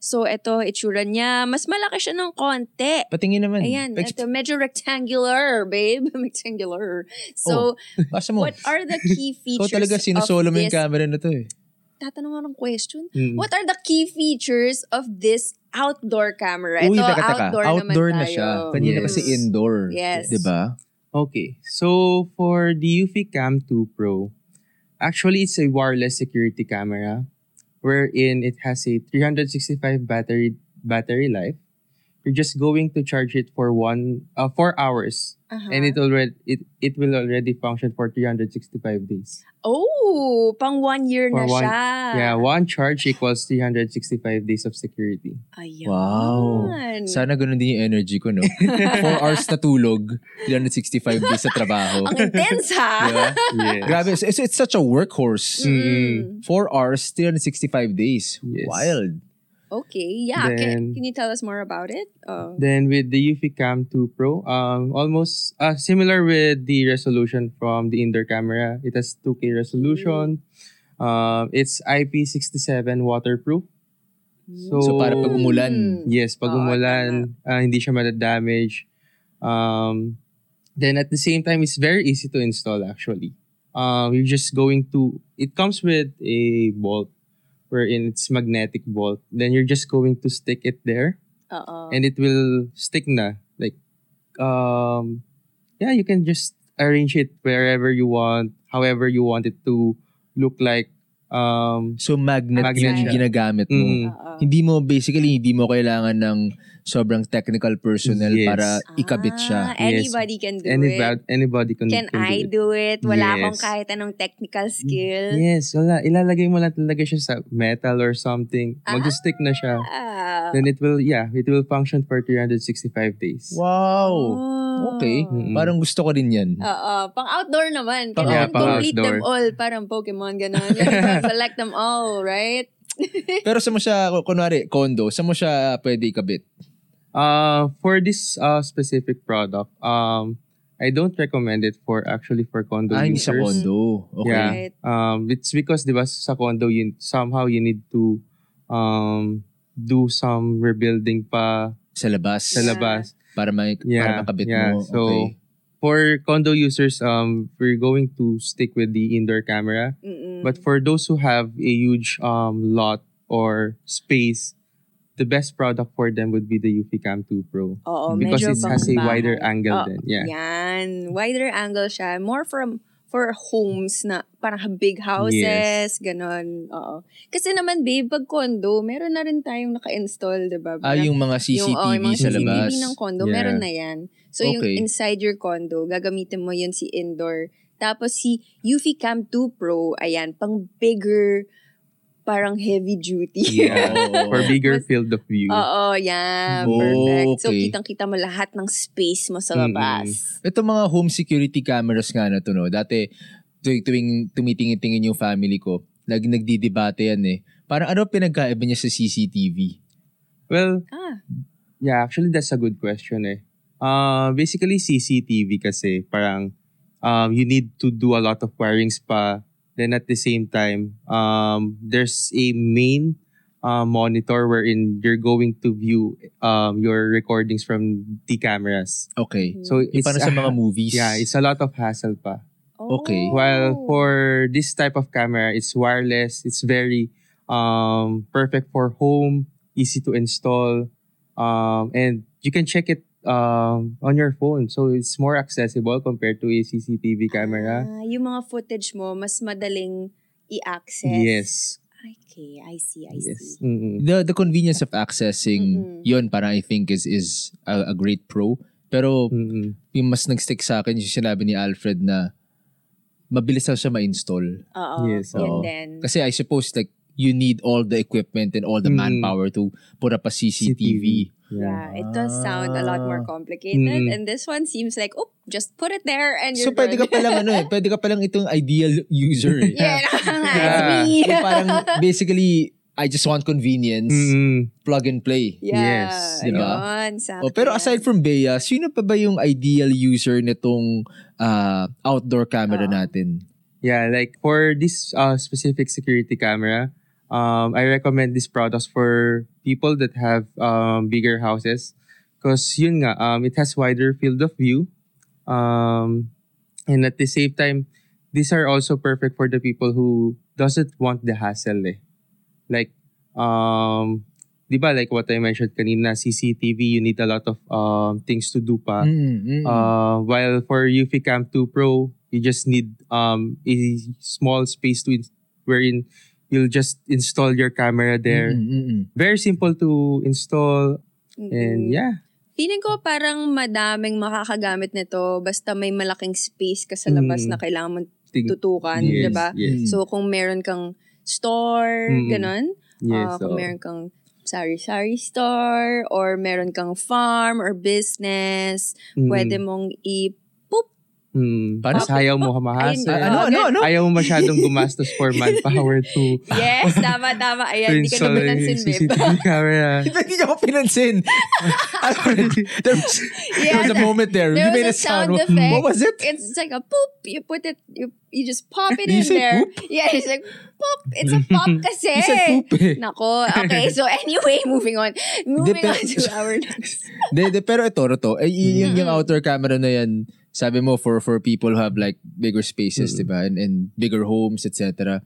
Speaker 1: So, ito, itsura niya. Mas malaki siya ng konti.
Speaker 2: Patingin naman.
Speaker 1: Ayan, ito,
Speaker 2: Picture-
Speaker 1: medyo rectangular, babe. <laughs> rectangular. So,
Speaker 2: Basa mo.
Speaker 1: what are the
Speaker 2: <laughs>
Speaker 1: key
Speaker 2: Oh, Ikaw
Speaker 1: features
Speaker 2: talaga sinusolo
Speaker 1: of
Speaker 2: mo yung
Speaker 1: this?
Speaker 2: Hmm. camera na to eh.
Speaker 1: Tatanong ako ng question.
Speaker 3: Mm.
Speaker 1: What are the key features of this outdoor camera?
Speaker 2: Uy,
Speaker 1: ito,
Speaker 2: teka, teka.
Speaker 1: outdoor,
Speaker 2: Outdoor
Speaker 1: naman
Speaker 2: na
Speaker 1: tayo. Hmm.
Speaker 2: siya. Kanina
Speaker 3: Yes.
Speaker 2: kasi indoor.
Speaker 1: Yes.
Speaker 2: Diba?
Speaker 3: Okay, so for the Eufy Cam 2 Pro, actually it's a wireless security camera wherein it has a 365 battery battery life. You're just going to charge it for one uh, four hours,
Speaker 1: Aha.
Speaker 3: and it already it, it will already function for 365 days.
Speaker 1: Oh, pang one year na
Speaker 3: For one-
Speaker 1: siya.
Speaker 3: Yeah, one charge equals 365 days
Speaker 1: <laughs>
Speaker 3: of security.
Speaker 1: Ayan.
Speaker 2: Wow.
Speaker 1: Mm. <laughs>
Speaker 2: Sana ganun din yung energy ko, no? 4 hours na tulog, 365 days sa trabaho.
Speaker 1: Ang intense
Speaker 3: <laughs>
Speaker 1: ha.
Speaker 2: diba?
Speaker 3: Yes.
Speaker 2: Grabe. It's, it's such a workhorse.
Speaker 3: Mm.
Speaker 1: Mm.
Speaker 2: 4 hours, 365 days.
Speaker 3: Yes.
Speaker 2: Wild.
Speaker 1: Okay, yeah. can,
Speaker 3: Then-
Speaker 1: can you tell us more about it? Oh.
Speaker 3: Then with the Eufy Cam 2 Pro, um, almost uh, similar with the resolution from the indoor camera. It has 2K resolution. Um, it's IP67 waterproof. So,
Speaker 1: Mm.
Speaker 2: So, para pag umulan.
Speaker 3: yes, pag
Speaker 1: Oo,
Speaker 3: umulan, uh, hindi siya madadamage. Um, then at the same time, it's very easy to install actually. Um, you're just going to, it comes with a bolt wherein it's magnetic bolt. Then you're just going to stick it there
Speaker 1: Oo.
Speaker 3: and it will stick na like um yeah you can just arrange it wherever you want however you want it to look like um
Speaker 2: So, magnet,
Speaker 3: Magnet
Speaker 2: yung
Speaker 3: siya.
Speaker 2: ginagamit mo.
Speaker 3: Mm.
Speaker 1: Oo.
Speaker 2: Hindi mo, basically, hindi mo kailangan ng sobrang technical personnel
Speaker 3: Yes.
Speaker 2: para ikabit
Speaker 1: Ah,
Speaker 2: siya.
Speaker 1: Anybody can do it.
Speaker 3: anybody anybody can,
Speaker 1: Can
Speaker 3: can
Speaker 1: I
Speaker 3: do it.
Speaker 1: do it? Wala
Speaker 3: Yes.
Speaker 1: akong kahit anong technical skill.
Speaker 3: yes wala ilalagay mo lang talaga siya sa metal or something mag-stick na siya
Speaker 1: Ah.
Speaker 3: then it will yeah it will function for 365 days
Speaker 2: Wow.
Speaker 1: Oh.
Speaker 2: Okay.
Speaker 3: oh, Mm-mm.
Speaker 2: Parang gusto ko rin yan.
Speaker 3: Oh.
Speaker 1: Oo. Pang outdoor naman.
Speaker 2: Pang-
Speaker 1: Kailangan
Speaker 2: Yeah, pang
Speaker 1: complete
Speaker 3: outdoor.
Speaker 1: them all. Parang Pokemon,
Speaker 3: <laughs>
Speaker 1: gano'n. You have to select them all, right?
Speaker 2: Pero sa mo siya, kunwari, condo, sa mo siya pwede ikabit?
Speaker 3: Uh, for this uh, specific product, um, I don't recommend it for actually for condo
Speaker 2: Ah, hindi sa
Speaker 3: users.
Speaker 2: condo. Okay.
Speaker 3: Yeah.
Speaker 1: Right.
Speaker 3: Um, it's because diba sa condo you somehow you need to um do some rebuilding pa
Speaker 2: Sa labas.
Speaker 3: sa
Speaker 1: Yeah.
Speaker 3: labas.
Speaker 2: Para, may, para
Speaker 3: Yeah.
Speaker 2: makabit
Speaker 3: yeah.
Speaker 2: mo.
Speaker 3: So
Speaker 2: okay.
Speaker 3: for condo users, um, we're going to stick with the indoor camera.
Speaker 1: Mm-mm.
Speaker 3: But for those who have a huge um lot or space, the best product for them would be the UFICAM 2 Pro.
Speaker 1: Oo,
Speaker 3: because
Speaker 1: medyo Oh,
Speaker 3: it has a
Speaker 1: bangbaho.
Speaker 3: wider angle
Speaker 1: Oo,
Speaker 3: then. Yeah.
Speaker 1: Yan. Wider angle siya. More from for homes na parang big houses, ganon. Oo. Kasi naman, babe, pag condo, meron na rin tayong naka-install, di ba?
Speaker 2: ah,
Speaker 1: Parang
Speaker 2: yung mga
Speaker 1: yung-
Speaker 2: CCTV
Speaker 1: oo, yung mga
Speaker 2: sa
Speaker 1: CCTV
Speaker 2: labas.
Speaker 1: ng condo,
Speaker 3: Yeah.
Speaker 1: meron na yan. So, yung
Speaker 2: Okay.
Speaker 1: inside your condo, gagamitin mo yun si indoor. Tapos si Eufy Cam 2 Pro, ayan, pang bigger, parang heavy duty. <laughs>
Speaker 3: Yeah.
Speaker 2: <laughs> Oo.
Speaker 3: for bigger
Speaker 1: Mas-
Speaker 3: field of view.
Speaker 1: Oo, yan. Perfect. So,
Speaker 2: Oh, Okay.
Speaker 1: kitang-kita mo lahat ng space mo sa labas.
Speaker 2: Ito mga home security cameras nga na to, no? Dati, tuwing, tuwing tumitingin-tingin yung family ko, nag, nagdidebate yan eh. Parang ano pinagkaiba niya sa CCTV?
Speaker 3: well,
Speaker 1: Ah,
Speaker 3: Yeah, actually that's a good question eh. Uh, basically CCTV kasi parang um, you need to do a lot of wirings pa. Then at the same time, um, there's a main uh, monitor wherein you're going to view um, your recordings from the cameras.
Speaker 2: Okay.
Speaker 1: Mm.
Speaker 3: So
Speaker 2: Yung
Speaker 3: it's
Speaker 2: parang
Speaker 3: <laughs>
Speaker 2: sa mga movies.
Speaker 3: yeah, it's a lot of hassle pa.
Speaker 2: Okay.
Speaker 3: While
Speaker 1: Oh.
Speaker 3: for this type of camera, it's wireless. It's very um, perfect for home, easy to install, um, and you can check it um, on your phone. So it's more accessible compared to a CCTV camera.
Speaker 1: Ah, yung mga footage mo, mas madaling i-access.
Speaker 3: Yes.
Speaker 1: Okay, I see, I see.
Speaker 3: Yes. Mm-mm.
Speaker 2: the the convenience of accessing
Speaker 1: Mm-mm.
Speaker 2: yon para I think is is a, a great pro pero
Speaker 3: Mm-mm.
Speaker 2: yung mas nagstick sa akin yung sinabi ni Alfred na mabilis daw siya ma-install
Speaker 1: Oo,
Speaker 3: Yes,
Speaker 1: yun
Speaker 2: oo.
Speaker 1: din.
Speaker 2: kasi I suppose like you need all the equipment and all the
Speaker 3: Mm.
Speaker 2: manpower to put up a CCTV.
Speaker 3: Yeah.
Speaker 1: Yeah, it does sound a lot more
Speaker 2: Ah.
Speaker 1: complicated.
Speaker 3: Mm-mm.
Speaker 1: And this one seems like, oh, just put it there and you're
Speaker 2: So pwede ka
Speaker 1: good.
Speaker 2: palang ano eh, pede ka palang itong ideal user
Speaker 1: <laughs>
Speaker 2: eh.
Speaker 1: yeah, <laughs> that's
Speaker 3: Yeah.
Speaker 1: me.
Speaker 2: Yung parang basically I just want convenience,
Speaker 3: Mm-mm.
Speaker 2: plug and play.
Speaker 1: <laughs> yeah,
Speaker 3: Yes,
Speaker 2: diba?
Speaker 1: yun, sakto
Speaker 2: Oh, pero
Speaker 1: yan.
Speaker 2: aside from Bea, sino pa ba yung ideal user nitong ah, outdoor camera
Speaker 1: Oo.
Speaker 2: natin?
Speaker 3: Yeah, like for this uh, specific security camera, um, I recommend these products for people that have um, bigger houses because yun nga, um, it has wider field of view. Um, and at the same time, these are also perfect for the people who doesn't want the hassle eh. Like, um, di ba like what I mentioned kanina, CCTV, you need a lot of um, things to do pa.
Speaker 2: Mm, mm, mm.
Speaker 3: Uh, while for Eufy Cam 2 Pro, you just need um a small space to in- wherein you'll just install your camera there.
Speaker 2: Mm, mm, mm.
Speaker 3: Very simple to install and
Speaker 2: Mm-hmm.
Speaker 1: Mm.
Speaker 3: yeah.
Speaker 1: Feeling ko parang madaming makakagamit nito basta may malaking space ka sa labas
Speaker 3: Mm.
Speaker 1: na kailangan mong
Speaker 3: Think-
Speaker 2: uh,
Speaker 1: tutukan,
Speaker 3: yes,
Speaker 1: 'di ba?
Speaker 3: Yes.
Speaker 1: So kung meron kang store,
Speaker 3: Mm.
Speaker 1: ganun, Ah,
Speaker 3: yes. oo.
Speaker 1: kung meron kang sari-sari store or meron kang farm or business,
Speaker 3: Mm,
Speaker 1: pwede mong i
Speaker 3: mm,
Speaker 2: Paano-
Speaker 3: Mas ayaw
Speaker 2: <laughs>
Speaker 3: mo
Speaker 1: Ayun, ganun.
Speaker 3: hamahasa.
Speaker 2: ano, ano, ano?
Speaker 3: Ayaw mo masyadong gumastos
Speaker 2: <laughs>
Speaker 3: for manpower to,
Speaker 1: Yes, tama, tama.
Speaker 3: to
Speaker 1: Ayan, hindi ka
Speaker 3: install
Speaker 1: na
Speaker 3: a
Speaker 1: pinansin,
Speaker 3: <laughs>
Speaker 1: babe.
Speaker 2: <laughs>
Speaker 3: CCTV camera.
Speaker 2: <laughs> Hindi hindi niyo ako
Speaker 1: <laughs>
Speaker 2: pinansin. there, was, there was
Speaker 1: Yeah,
Speaker 2: a moment there.
Speaker 1: there
Speaker 2: you made a
Speaker 1: was a
Speaker 2: sound.
Speaker 1: sound effect.
Speaker 2: What was it?
Speaker 1: it's, it's like a poop. You put it, you, you just pop it
Speaker 2: Eh, You
Speaker 1: in
Speaker 2: said
Speaker 1: there. Yeah, it's like pop. It's a pop kasi.
Speaker 2: You said poop eh.
Speaker 1: Nako, okay.
Speaker 3: <laughs>
Speaker 1: So anyway, moving on. Moving on
Speaker 2: Depends.
Speaker 1: to our next.
Speaker 2: De, de, pero ito, ito. Eh, y- yung, yung
Speaker 1: Mm-mm.
Speaker 2: outdoor camera na yan, sabi mo, for for people who have like bigger spaces,
Speaker 3: Mm.
Speaker 2: di ba? And, and bigger homes, etc.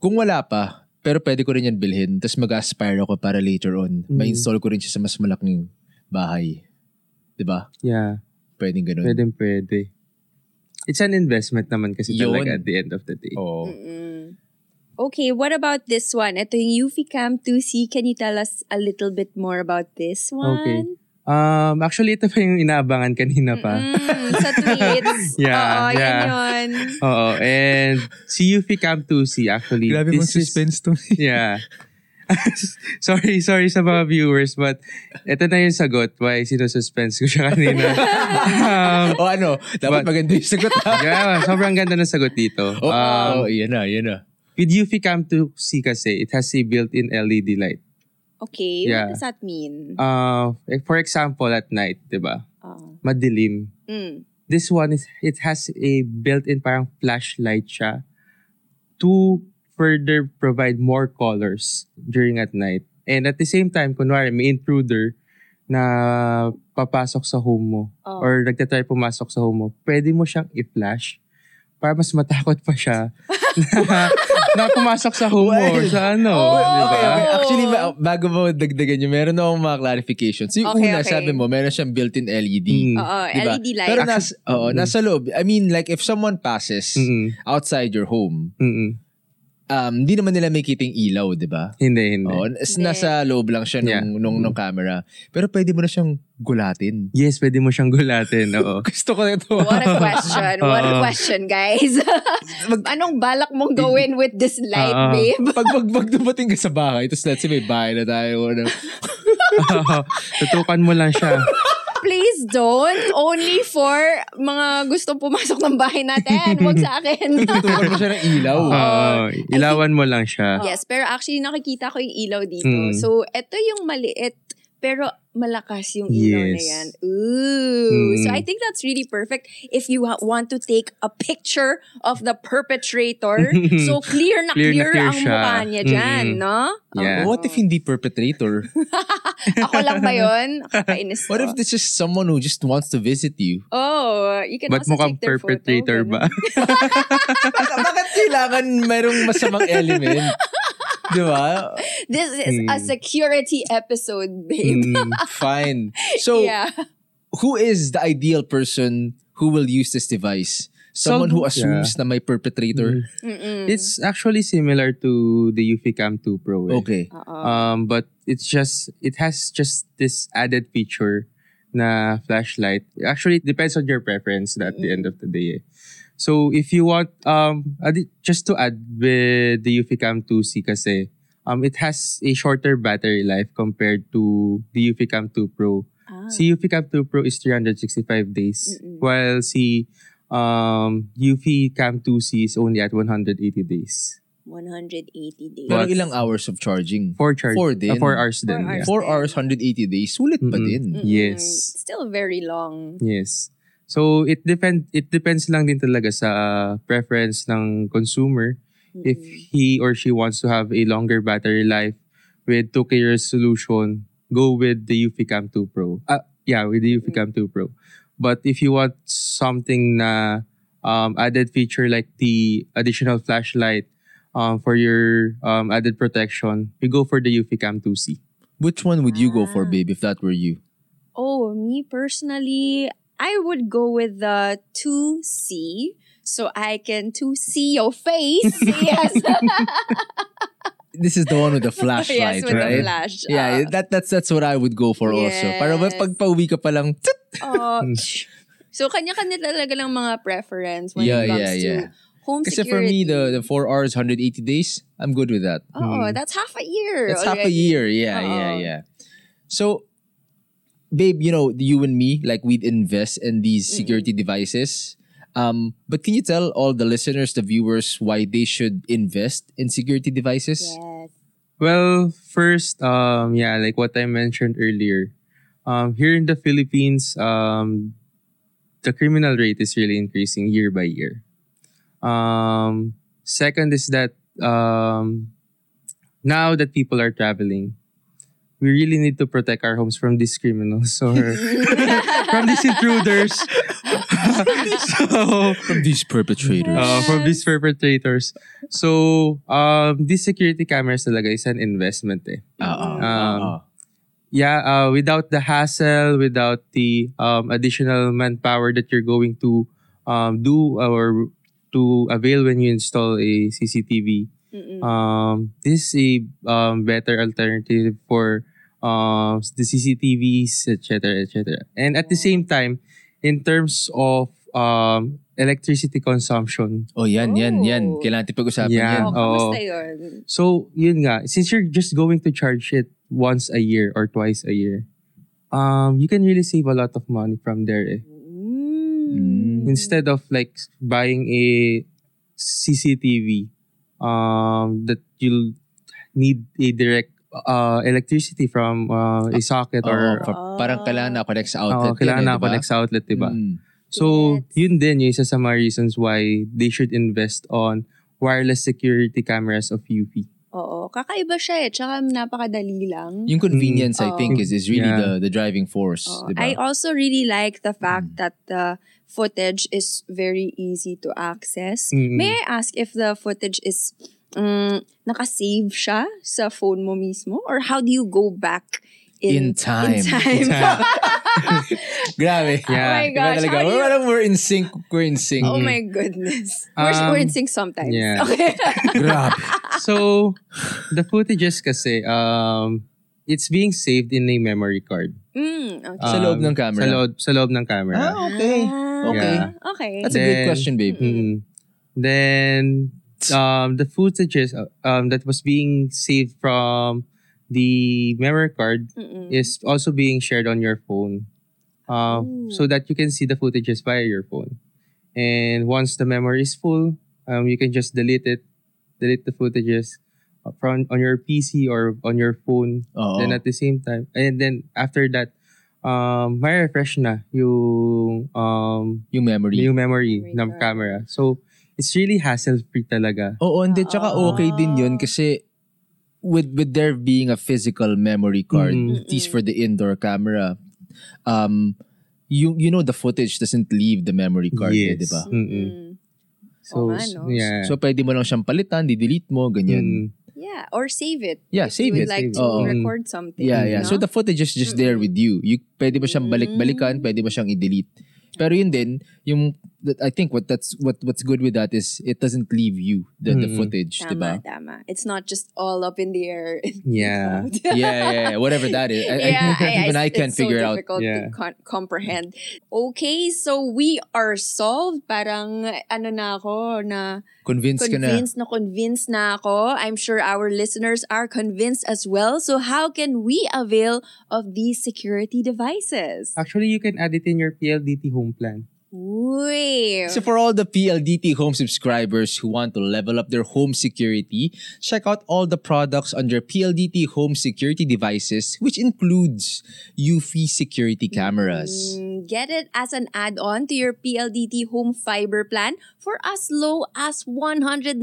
Speaker 2: Kung wala pa, pero pwede ko rin yan bilhin. Tapos mag-aspire ako para later on.
Speaker 3: Mm.
Speaker 2: Ma-install ko rin siya sa mas malaking bahay. Di ba?
Speaker 3: Yeah,
Speaker 2: Pwedeng ganun.
Speaker 3: pwede pwede. It's an investment naman kasi
Speaker 2: Yun.
Speaker 3: talaga at the end of the day.
Speaker 2: Oo.
Speaker 1: Mm-mm. Okay, what about this one? Ito yung Eufy Cam 2C. Can you tell us a little bit more about this one?
Speaker 3: Okay. Um, actually, ito pa yung inaabangan kanina pa.
Speaker 1: Mm-mm, Hmm, sa tweets.
Speaker 3: <laughs> Yeah,
Speaker 1: Oo,
Speaker 3: yeah.
Speaker 1: yan yun.
Speaker 3: Oo, and si Yuffie Cam 2C actually. this is-
Speaker 2: to.
Speaker 3: <laughs> yeah. sorry, sorry sa mga viewers, but ito na yung sagot why sinususpense ko siya kanina.
Speaker 1: <laughs>
Speaker 3: um,
Speaker 2: <laughs> o ano, dapat
Speaker 3: But-
Speaker 2: maganda yung sagot.
Speaker 3: <laughs>
Speaker 2: ha?
Speaker 3: yeah, sobrang ganda ng sagot dito.
Speaker 2: Oo, oh,
Speaker 3: Um,
Speaker 2: yan na, yan na.
Speaker 3: with Yuffie Cam 2C kasi, it has a built-in LED light.
Speaker 1: Okay,
Speaker 3: Yeah.
Speaker 1: what does that mean? Ah.
Speaker 3: Uh, for example, at night, di ba?
Speaker 1: Oo.
Speaker 3: Madilim.
Speaker 1: Mm.
Speaker 3: this one is it has a built-in parang flashlight siya to further provide more colors during at night. And at the same time, kunwari may intruder na papasok sa home mo
Speaker 1: Oh.
Speaker 3: or nagtatry pumasok sa home mo, pwede mo siyang i-flash para mas matakot pa siya na, na pumasok sa home mo or sa ano.
Speaker 1: Oh.
Speaker 3: di ba?
Speaker 2: Okay, okay.
Speaker 1: Oo.
Speaker 2: Actually, ba- bago mo dagdagan yun, meron akong mga clarifications. So, yung
Speaker 1: Okay,
Speaker 2: una,
Speaker 1: okay.
Speaker 2: sabi mo, meron siyang built-in LED.
Speaker 3: Mm.
Speaker 1: Oo,
Speaker 2: Diba?
Speaker 1: LED light.
Speaker 2: Pero nas, oo,
Speaker 3: Mm.
Speaker 2: nasa loob. I mean, like, if someone passes
Speaker 3: Mm-mm.
Speaker 2: outside your home,
Speaker 3: Mm-mm.
Speaker 2: um, di naman nila may kiting ilaw, di ba?
Speaker 3: Hindi, hindi.
Speaker 2: Oo, nas,
Speaker 1: Hindi.
Speaker 2: nasa loob lang siya nung,
Speaker 3: Yeah. Hmm.
Speaker 2: nung, nung camera. Pero pwede mo na siyang gulatin. <laughs>
Speaker 3: Yes, pwede mo siyang gulatin. Oo. <laughs>
Speaker 2: Gusto ko
Speaker 1: <laughs>
Speaker 2: ito.
Speaker 1: What a question. What a
Speaker 3: Oo.
Speaker 1: question, guys. Anong balak mong gawin with this light,
Speaker 3: Oo.
Speaker 1: babe?
Speaker 2: <laughs> pag, pag, pag dumating ka sa bahay, tapos let's say may bahay na tayo. Ano,
Speaker 3: Oo. Tutukan mo lang siya.
Speaker 1: Please don't. Only for mga gustong pumasok ng bahay natin. Huwag sa akin.
Speaker 2: tutukan mo siya ng
Speaker 3: <laughs>
Speaker 2: ilaw.
Speaker 3: Oh,
Speaker 1: Ah,
Speaker 3: Oo. uh, ilawan mo lang siya. <laughs>
Speaker 1: yes, pero actually nakikita ko yung ilaw dito.
Speaker 3: Mm.
Speaker 1: So, ito yung maliit pero malakas yung ilaw na
Speaker 3: Yes.
Speaker 1: yan. Ooh.
Speaker 3: Mm.
Speaker 1: So, I think that's really perfect if you ha- want to take a picture of the perpetrator.
Speaker 3: <laughs>
Speaker 1: so, clear na clear,
Speaker 3: Hmm. Clear na clear
Speaker 1: ang
Speaker 3: siya.
Speaker 1: mukha niya dyan,
Speaker 3: Mm-mm.
Speaker 1: no?
Speaker 3: Yeah.
Speaker 1: Oo.
Speaker 2: What if hindi perpetrator?
Speaker 1: <laughs> Ako lang
Speaker 2: <laughs>
Speaker 1: ba yun? Kakainis
Speaker 2: What
Speaker 1: ko.
Speaker 2: if this is someone who just wants to visit you?
Speaker 1: Oh, you can
Speaker 3: Ba't
Speaker 1: also take
Speaker 3: mukhang
Speaker 1: their
Speaker 3: perpetrator
Speaker 1: photo.
Speaker 3: ba?
Speaker 2: Bak- bakit kailangan merong masamang element? Di ba?
Speaker 1: <laughs> This is a
Speaker 3: Mm.
Speaker 1: security episode, <laughs> babe.
Speaker 3: Mm.
Speaker 2: Fine. So,
Speaker 1: yeah.
Speaker 2: who is the ideal person who will use this device? Someone who
Speaker 3: Someone-
Speaker 2: assumes na may perpetrator.
Speaker 1: Mm-hmm. Mm-mm.
Speaker 3: It's actually similar to the UFI Cam 2 Pro. eh.
Speaker 2: Okay.
Speaker 1: Oo.
Speaker 3: Um, but it's just it has just this added feature na flashlight. Actually, it depends on your preference at the end of the day. eh. So if you want um adi- just to add with the Eufy Cam 2C kasi um it has a shorter battery life compared to the Eufy Cam 2 Pro.
Speaker 1: Ah.
Speaker 3: Si Eufy Cam 2 Pro is 365 days
Speaker 1: Mm-mm.
Speaker 3: while si um Eufy Cam 2C is only at 180 days.
Speaker 1: 180 days.
Speaker 2: Pero
Speaker 3: But-
Speaker 2: ilang hours of charging?
Speaker 3: Four charge.
Speaker 2: Four din.
Speaker 3: uh, four hours
Speaker 1: Four hours.
Speaker 3: din.
Speaker 1: Mm-hmm.
Speaker 3: yeah.
Speaker 2: Four hours, 180 days. Sulit pa
Speaker 3: Mm-mm.
Speaker 2: din.
Speaker 1: Mm-mm.
Speaker 3: yes.
Speaker 1: Still very long.
Speaker 3: Yes. So it depend it depends lang din talaga sa uh, preference ng consumer if
Speaker 1: Mm-mm.
Speaker 3: he or she wants to have a longer battery life with 2K resolution go with the Eufy Cam 2 Pro. Uh, yeah, with the Eufy Cam 2 Pro. But if you want something na um, added feature like the additional flashlight um, for your um, added protection, you go for the Eufy Cam 2C.
Speaker 2: Which one would you go for,
Speaker 1: Ah.
Speaker 2: babe, if that were you?
Speaker 1: Oh, me personally, I would go with the 2C so I can to see your
Speaker 2: <laughs>
Speaker 1: face. yes.
Speaker 2: This is the one
Speaker 1: <laughs>
Speaker 2: with the flashlight,
Speaker 1: yes, with
Speaker 2: right?
Speaker 1: the flash.
Speaker 2: Yeah,
Speaker 1: Uh,
Speaker 2: that that's that's what I would go for also. Para
Speaker 1: Yes.
Speaker 2: pag pauwi ka pa lang, tsk, <laughs>
Speaker 1: oh, so kanya-kanya talaga lang mga preference when it
Speaker 2: Yeah,
Speaker 1: comes
Speaker 2: yeah,
Speaker 1: to
Speaker 2: yeah.
Speaker 1: home
Speaker 2: Kasi for
Speaker 1: security.
Speaker 2: me, the, the four hours, 180 days, I'm good with that.
Speaker 1: Oh, that's half a <laughs> year.
Speaker 2: That's half a
Speaker 1: already.
Speaker 2: year. Yeah, yeah,
Speaker 1: Oo.
Speaker 2: yeah. So, babe, you know, you and me, like we'd invest in these security devices. Um, but can you tell all the listeners, the viewers, why they should invest in security <laughs> devices?
Speaker 1: Yes.
Speaker 3: Well, first, um, yeah, like what I mentioned earlier, um, here in the Philippines, um, the criminal rate is really increasing year by year. Um, second is that um, now that people are traveling, we really need to protect our homes from these criminals <laughs> or from these intruders. so,
Speaker 2: From these perpetrators.
Speaker 3: uh, from
Speaker 1: Yes.
Speaker 3: these perpetrators. So, um, these security cameras talaga is an investment eh.
Speaker 2: Oo,
Speaker 3: Um,
Speaker 2: oo.
Speaker 3: Yeah, uh, without the hassle, without the um, additional manpower that you're going to um, do or to avail when you install a CCTV,
Speaker 1: Mm-mm.
Speaker 2: Oh,
Speaker 3: um, this is a um, better alternative for um, the CCTVs, etc., etc. And at the same time, in terms of um, electricity consumption,
Speaker 2: oh, yan, yan, yan.
Speaker 1: Oh.
Speaker 2: Kailangan natin pag-usapan
Speaker 3: Yeah.
Speaker 2: yan.
Speaker 1: oh,
Speaker 3: oo.
Speaker 1: kamusta yun?
Speaker 3: So, yun nga, since you're just going to charge it once a year or twice a year, um, you can really save a lot of money from there. eh.
Speaker 2: Mm-hmm.
Speaker 1: Mm.
Speaker 3: Instead of like buying a CCTV um, that you'll need a direct uh, electricity from uh, a socket
Speaker 2: Oo,
Speaker 3: or
Speaker 2: pa-
Speaker 1: Ah.
Speaker 2: parang kailangan na connect sa
Speaker 3: Oo,
Speaker 2: outlet.
Speaker 3: kailangan
Speaker 2: yan, eh,
Speaker 3: na
Speaker 2: diba?
Speaker 3: connect sa outlet, diba?
Speaker 2: Mm.
Speaker 3: So,
Speaker 1: Gets.
Speaker 3: yun din yung isa sa mga reasons why they should invest on wireless security cameras of UV.
Speaker 1: Oo. Kakaiba siya eh. Tsaka napakadali lang.
Speaker 2: Yung convenience, I
Speaker 1: Oo.
Speaker 2: think, is, is really
Speaker 3: Yeah.
Speaker 2: the, the driving force.
Speaker 1: Oo. Mm.
Speaker 2: diba?
Speaker 1: Oh. I also really like the fact
Speaker 2: Mm.
Speaker 1: that the footage is very easy to access.
Speaker 3: Mm.
Speaker 1: May I ask if the footage is um, nakasave siya sa phone mo mismo? Or how do you go back in,
Speaker 2: In time.
Speaker 1: In time.
Speaker 3: Yeah.
Speaker 2: Grabe.
Speaker 1: Oh my
Speaker 2: Diba
Speaker 1: gosh.
Speaker 2: talaga?
Speaker 1: How do
Speaker 2: We're,
Speaker 1: you-
Speaker 2: parang we're in sync. We're in
Speaker 1: <laughs>
Speaker 2: sync.
Speaker 1: Oh my goodness. We're,
Speaker 3: Um,
Speaker 1: we're in sync sometimes.
Speaker 3: yeah.
Speaker 1: <laughs> Okay.
Speaker 2: <laughs> Grabe.
Speaker 3: so the footages kasi um it's being saved in a memory card.
Speaker 1: mm, okay.
Speaker 2: Sa
Speaker 3: Um,
Speaker 2: loob ng camera.
Speaker 3: Sa loob, sa loob ng camera.
Speaker 2: Ah, okay.
Speaker 1: Ah,
Speaker 2: Okay.
Speaker 1: Okay.
Speaker 2: That's a good
Speaker 3: Then-
Speaker 2: question, babe.
Speaker 1: Mm.
Speaker 3: Mm. Then um the footages uh, um that was being saved from the memory card
Speaker 1: Mm-mm.
Speaker 3: is also being shared on your phone. Uh,
Speaker 1: Ooh.
Speaker 3: so that you can see the footages via your phone. And once the memory is full, um, you can just delete it, delete the footages uh, from on your PC or on your phone
Speaker 2: Oo.
Speaker 3: Then at the same time, and then after that, um, may refresh na yung um,
Speaker 2: Yung memory.
Speaker 3: yung
Speaker 1: Memory
Speaker 3: memory ng
Speaker 1: card.
Speaker 3: camera. So, it's really hassle-free talaga.
Speaker 2: Oo, and then tsaka
Speaker 1: Oo.
Speaker 2: okay din yun kasi with with there being a physical memory card,
Speaker 3: Mm.
Speaker 2: at least for the indoor camera, um, you you know the footage doesn't leave the memory card, eh,
Speaker 3: Yes.
Speaker 2: di ba?
Speaker 3: Mm-mm.
Speaker 1: Mm.
Speaker 3: So,
Speaker 1: Oo nga,
Speaker 3: s-
Speaker 1: no?
Speaker 3: yeah.
Speaker 2: So pwede mo lang siyang palitan, di-delete mo, ganyan.
Speaker 3: Mm.
Speaker 1: Yeah, or save it.
Speaker 2: Yeah,
Speaker 1: if
Speaker 2: save
Speaker 1: you
Speaker 2: it,
Speaker 1: would like
Speaker 3: save
Speaker 1: to
Speaker 2: it. Oo.
Speaker 1: record something.
Speaker 2: Yeah, yeah.
Speaker 1: Mm, no?
Speaker 2: So the footage is just there with you. You pwede mo siyang balik-balikan, pwede mo siyang i-delete. Pero yun din, yung that I think what that's what what's good with that is it doesn't leave you the, the
Speaker 3: Mm.
Speaker 2: footage,
Speaker 1: Tama, <laughs>
Speaker 2: diba?
Speaker 1: tama. It's not just all up in the air. <laughs>
Speaker 3: Yeah.
Speaker 2: yeah, <laughs> yeah, yeah, whatever that is. I, I think <laughs> even I,
Speaker 1: it's-
Speaker 2: can't
Speaker 1: it's so
Speaker 2: figure out.
Speaker 1: difficult to
Speaker 3: Yeah.
Speaker 1: con- comprehend. Okay, so we are solved. Parang ano na ako na
Speaker 2: Convinced ka na.
Speaker 1: convinced na convinced na ako. I'm sure our listeners are convinced as well. So how can we avail of these security devices?
Speaker 3: Actually, you can add it in your PLDT home plan.
Speaker 1: Uy.
Speaker 2: So for all the PLDT home subscribers who want to level up their home security, check out all the products under PLDT home security devices, which includes UFI security cameras.
Speaker 1: Mm, Get it as an add-on to your PLDT home fiber plan for as low as 199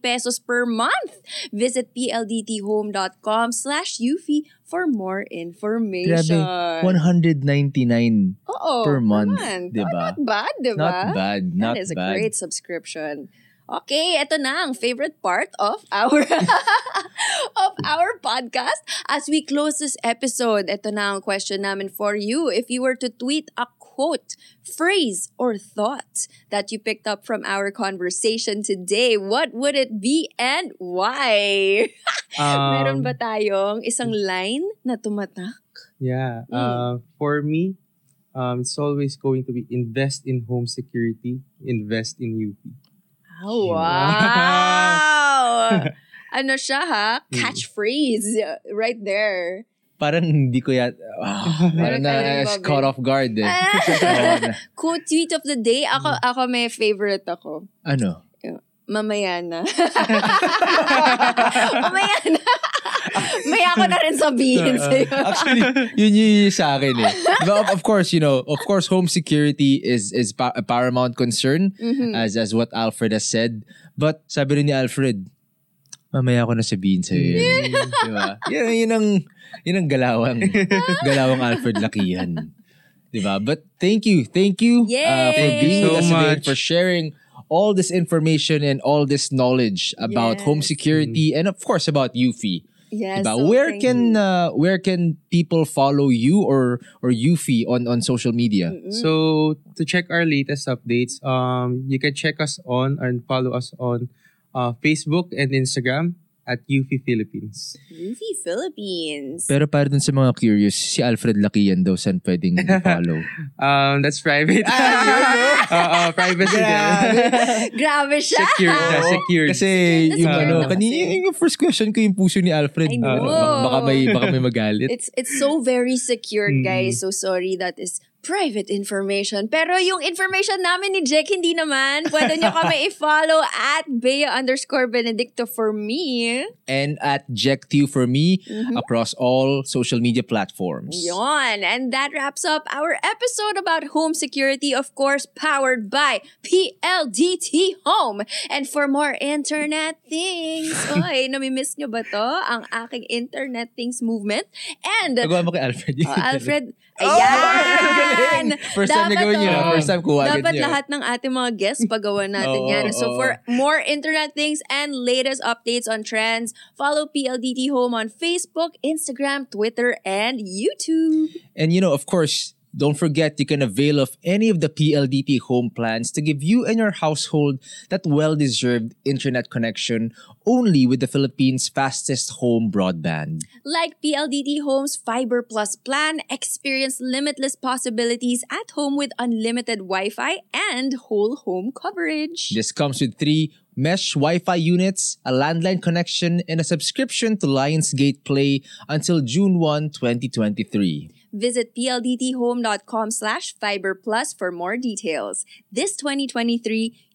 Speaker 1: pesos per month. Visit pldthome.com slash UFI for more information.
Speaker 2: Grabe, 199
Speaker 1: Oo,
Speaker 2: per
Speaker 1: Oh,
Speaker 2: month,
Speaker 1: naman.
Speaker 2: diba?
Speaker 1: Not bad, diba?
Speaker 2: Not bad, not
Speaker 1: that is a
Speaker 2: bad.
Speaker 1: great subscription. Okay, ito na ang favorite part of our <laughs> of our podcast. As we close this episode, ito na ang question namin for you. If you were to tweet a quote, phrase, or thought that you picked up from our conversation today, what would it be and why? <laughs> Meron
Speaker 3: Um,
Speaker 1: ba tayong isang line na tumatak?
Speaker 3: yeah.
Speaker 1: Mm.
Speaker 3: Uh, for me, um, it's always going to be invest in home security, invest in UP.
Speaker 1: Oh, wow! ano siya ha? Catchphrase right there.
Speaker 2: Parang hindi ko yat... Ah,
Speaker 1: <laughs> Meron
Speaker 2: parang
Speaker 1: ka rin,
Speaker 2: na,
Speaker 1: Bobby.
Speaker 2: caught off guard
Speaker 1: <laughs>
Speaker 2: eh.
Speaker 1: Ah! Quote tweet of the day.
Speaker 2: Mm.
Speaker 1: Ako, ako may favorite ako. <laughs>
Speaker 2: ano?
Speaker 1: Mamaya
Speaker 2: <laughs>
Speaker 1: na. Mamaya na. May ako na rin
Speaker 2: <laughs>
Speaker 1: sabihin sa'yo.
Speaker 2: Uh, Actually, yun yun, yun sa akin eh. Diba, of, of course, you know, of course, home security is is pa- a paramount concern
Speaker 1: Mhm.
Speaker 2: as as what Alfred has said. But sabi rin ni Alfred, mamaya ko na sabihin sa'yo yun. <laughs> diba? Yun, yun ang, yun ang
Speaker 1: <laughs>
Speaker 2: galawang, galawang Alfred Lakihan. Diba? But thank you, thank you uh, for
Speaker 1: Yay!
Speaker 2: being
Speaker 3: Thank you
Speaker 2: with us
Speaker 3: so
Speaker 2: today,
Speaker 3: much.
Speaker 2: for sharing all this information and all this knowledge about home
Speaker 1: Yes.
Speaker 2: security and of course about UFI.
Speaker 1: Yes.
Speaker 2: Diba?
Speaker 1: so
Speaker 2: where
Speaker 1: thank
Speaker 2: can
Speaker 1: you.
Speaker 2: uh, where can people follow you or or Yufi on on social media?
Speaker 1: Mm-mm.
Speaker 3: So to check our latest updates, um, you can check us on and follow us on uh, Facebook and Instagram at UFI Philippines.
Speaker 1: Movie
Speaker 2: <laughs>
Speaker 1: Philippines.
Speaker 2: Pero para dun sa mga curious, si Alfred Lakian daw saan <laughs> pwedeng follow.
Speaker 3: Um, that's private. <laughs> uh, uh, privacy.
Speaker 2: Grabe.
Speaker 3: <laughs> there.
Speaker 1: Grabe siya.
Speaker 3: Secure. Yeah, secure.
Speaker 2: Kasi
Speaker 1: Secure na
Speaker 2: yung
Speaker 3: secure
Speaker 2: ano,
Speaker 3: na kasi.
Speaker 2: kanina yung first question ko yung puso ni Alfred.
Speaker 1: I
Speaker 2: Ano,
Speaker 1: know.
Speaker 2: bak- baka may baka may magalit.
Speaker 1: It's it's so very secured,
Speaker 2: Mm-hmm.
Speaker 3: Mm.
Speaker 1: guys. So sorry that is private information. Pero yung information namin ni Jack, hindi naman. Pwede nyo
Speaker 2: <laughs>
Speaker 1: kami i-follow at Bea underscore Benedicto for me.
Speaker 2: and at Jack Tew for me
Speaker 1: Mhm.
Speaker 2: across all social media platforms.
Speaker 1: Yon. And that wraps up our episode about home security, of course, powered by PLDT Home. And for more internet
Speaker 2: <laughs>
Speaker 1: things, oy, namimiss nyo ba to? Ang aking internet things movement. And
Speaker 2: Nagawa mo kay Alfred.
Speaker 1: Oh,
Speaker 2: <laughs>
Speaker 1: Alfred,
Speaker 2: Galing!
Speaker 1: ayan!
Speaker 2: First time
Speaker 1: Dapat
Speaker 2: nagawin niyo.
Speaker 1: oh.
Speaker 2: First time kuha
Speaker 1: Dapat
Speaker 2: niyo.
Speaker 1: lahat ng ating mga guests pagawa natin
Speaker 2: Oo,
Speaker 1: yan. So
Speaker 2: oo.
Speaker 1: for more internet things and latest updates on trends, follow PLDT Home on Facebook, Instagram, Twitter, and YouTube.
Speaker 2: And you know, of course, don't forget you can avail of any of the PLDT home plans to give you and your household that well-deserved internet connection only with the Philippines' fastest home broadband.
Speaker 1: Like PLDT Home's Fiber Plus plan, experience limitless possibilities at home with unlimited Wi-Fi and whole home coverage.
Speaker 2: This comes with three mesh Wi-Fi units, a landline connection, and a subscription to Lionsgate Play until June 1, 2023.
Speaker 1: Visit pldthome.com slash fiber plus for more details. This 2023,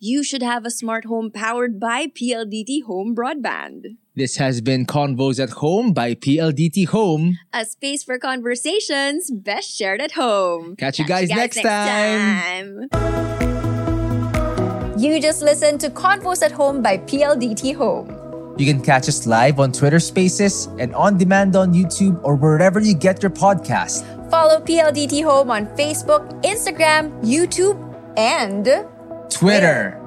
Speaker 1: you should have a smart home powered by PLDT Home Broadband.
Speaker 2: This has been Convos at Home by PLDT Home.
Speaker 1: A space for conversations best shared at home.
Speaker 2: Catch you guys, next, time.
Speaker 1: You just listened to Convos at Home by PLDT Home.
Speaker 2: You can catch us live on Twitter Spaces and on demand on YouTube or wherever you get your podcast.
Speaker 1: Follow PLDT Home on Facebook, Instagram, YouTube, and
Speaker 2: Twitter.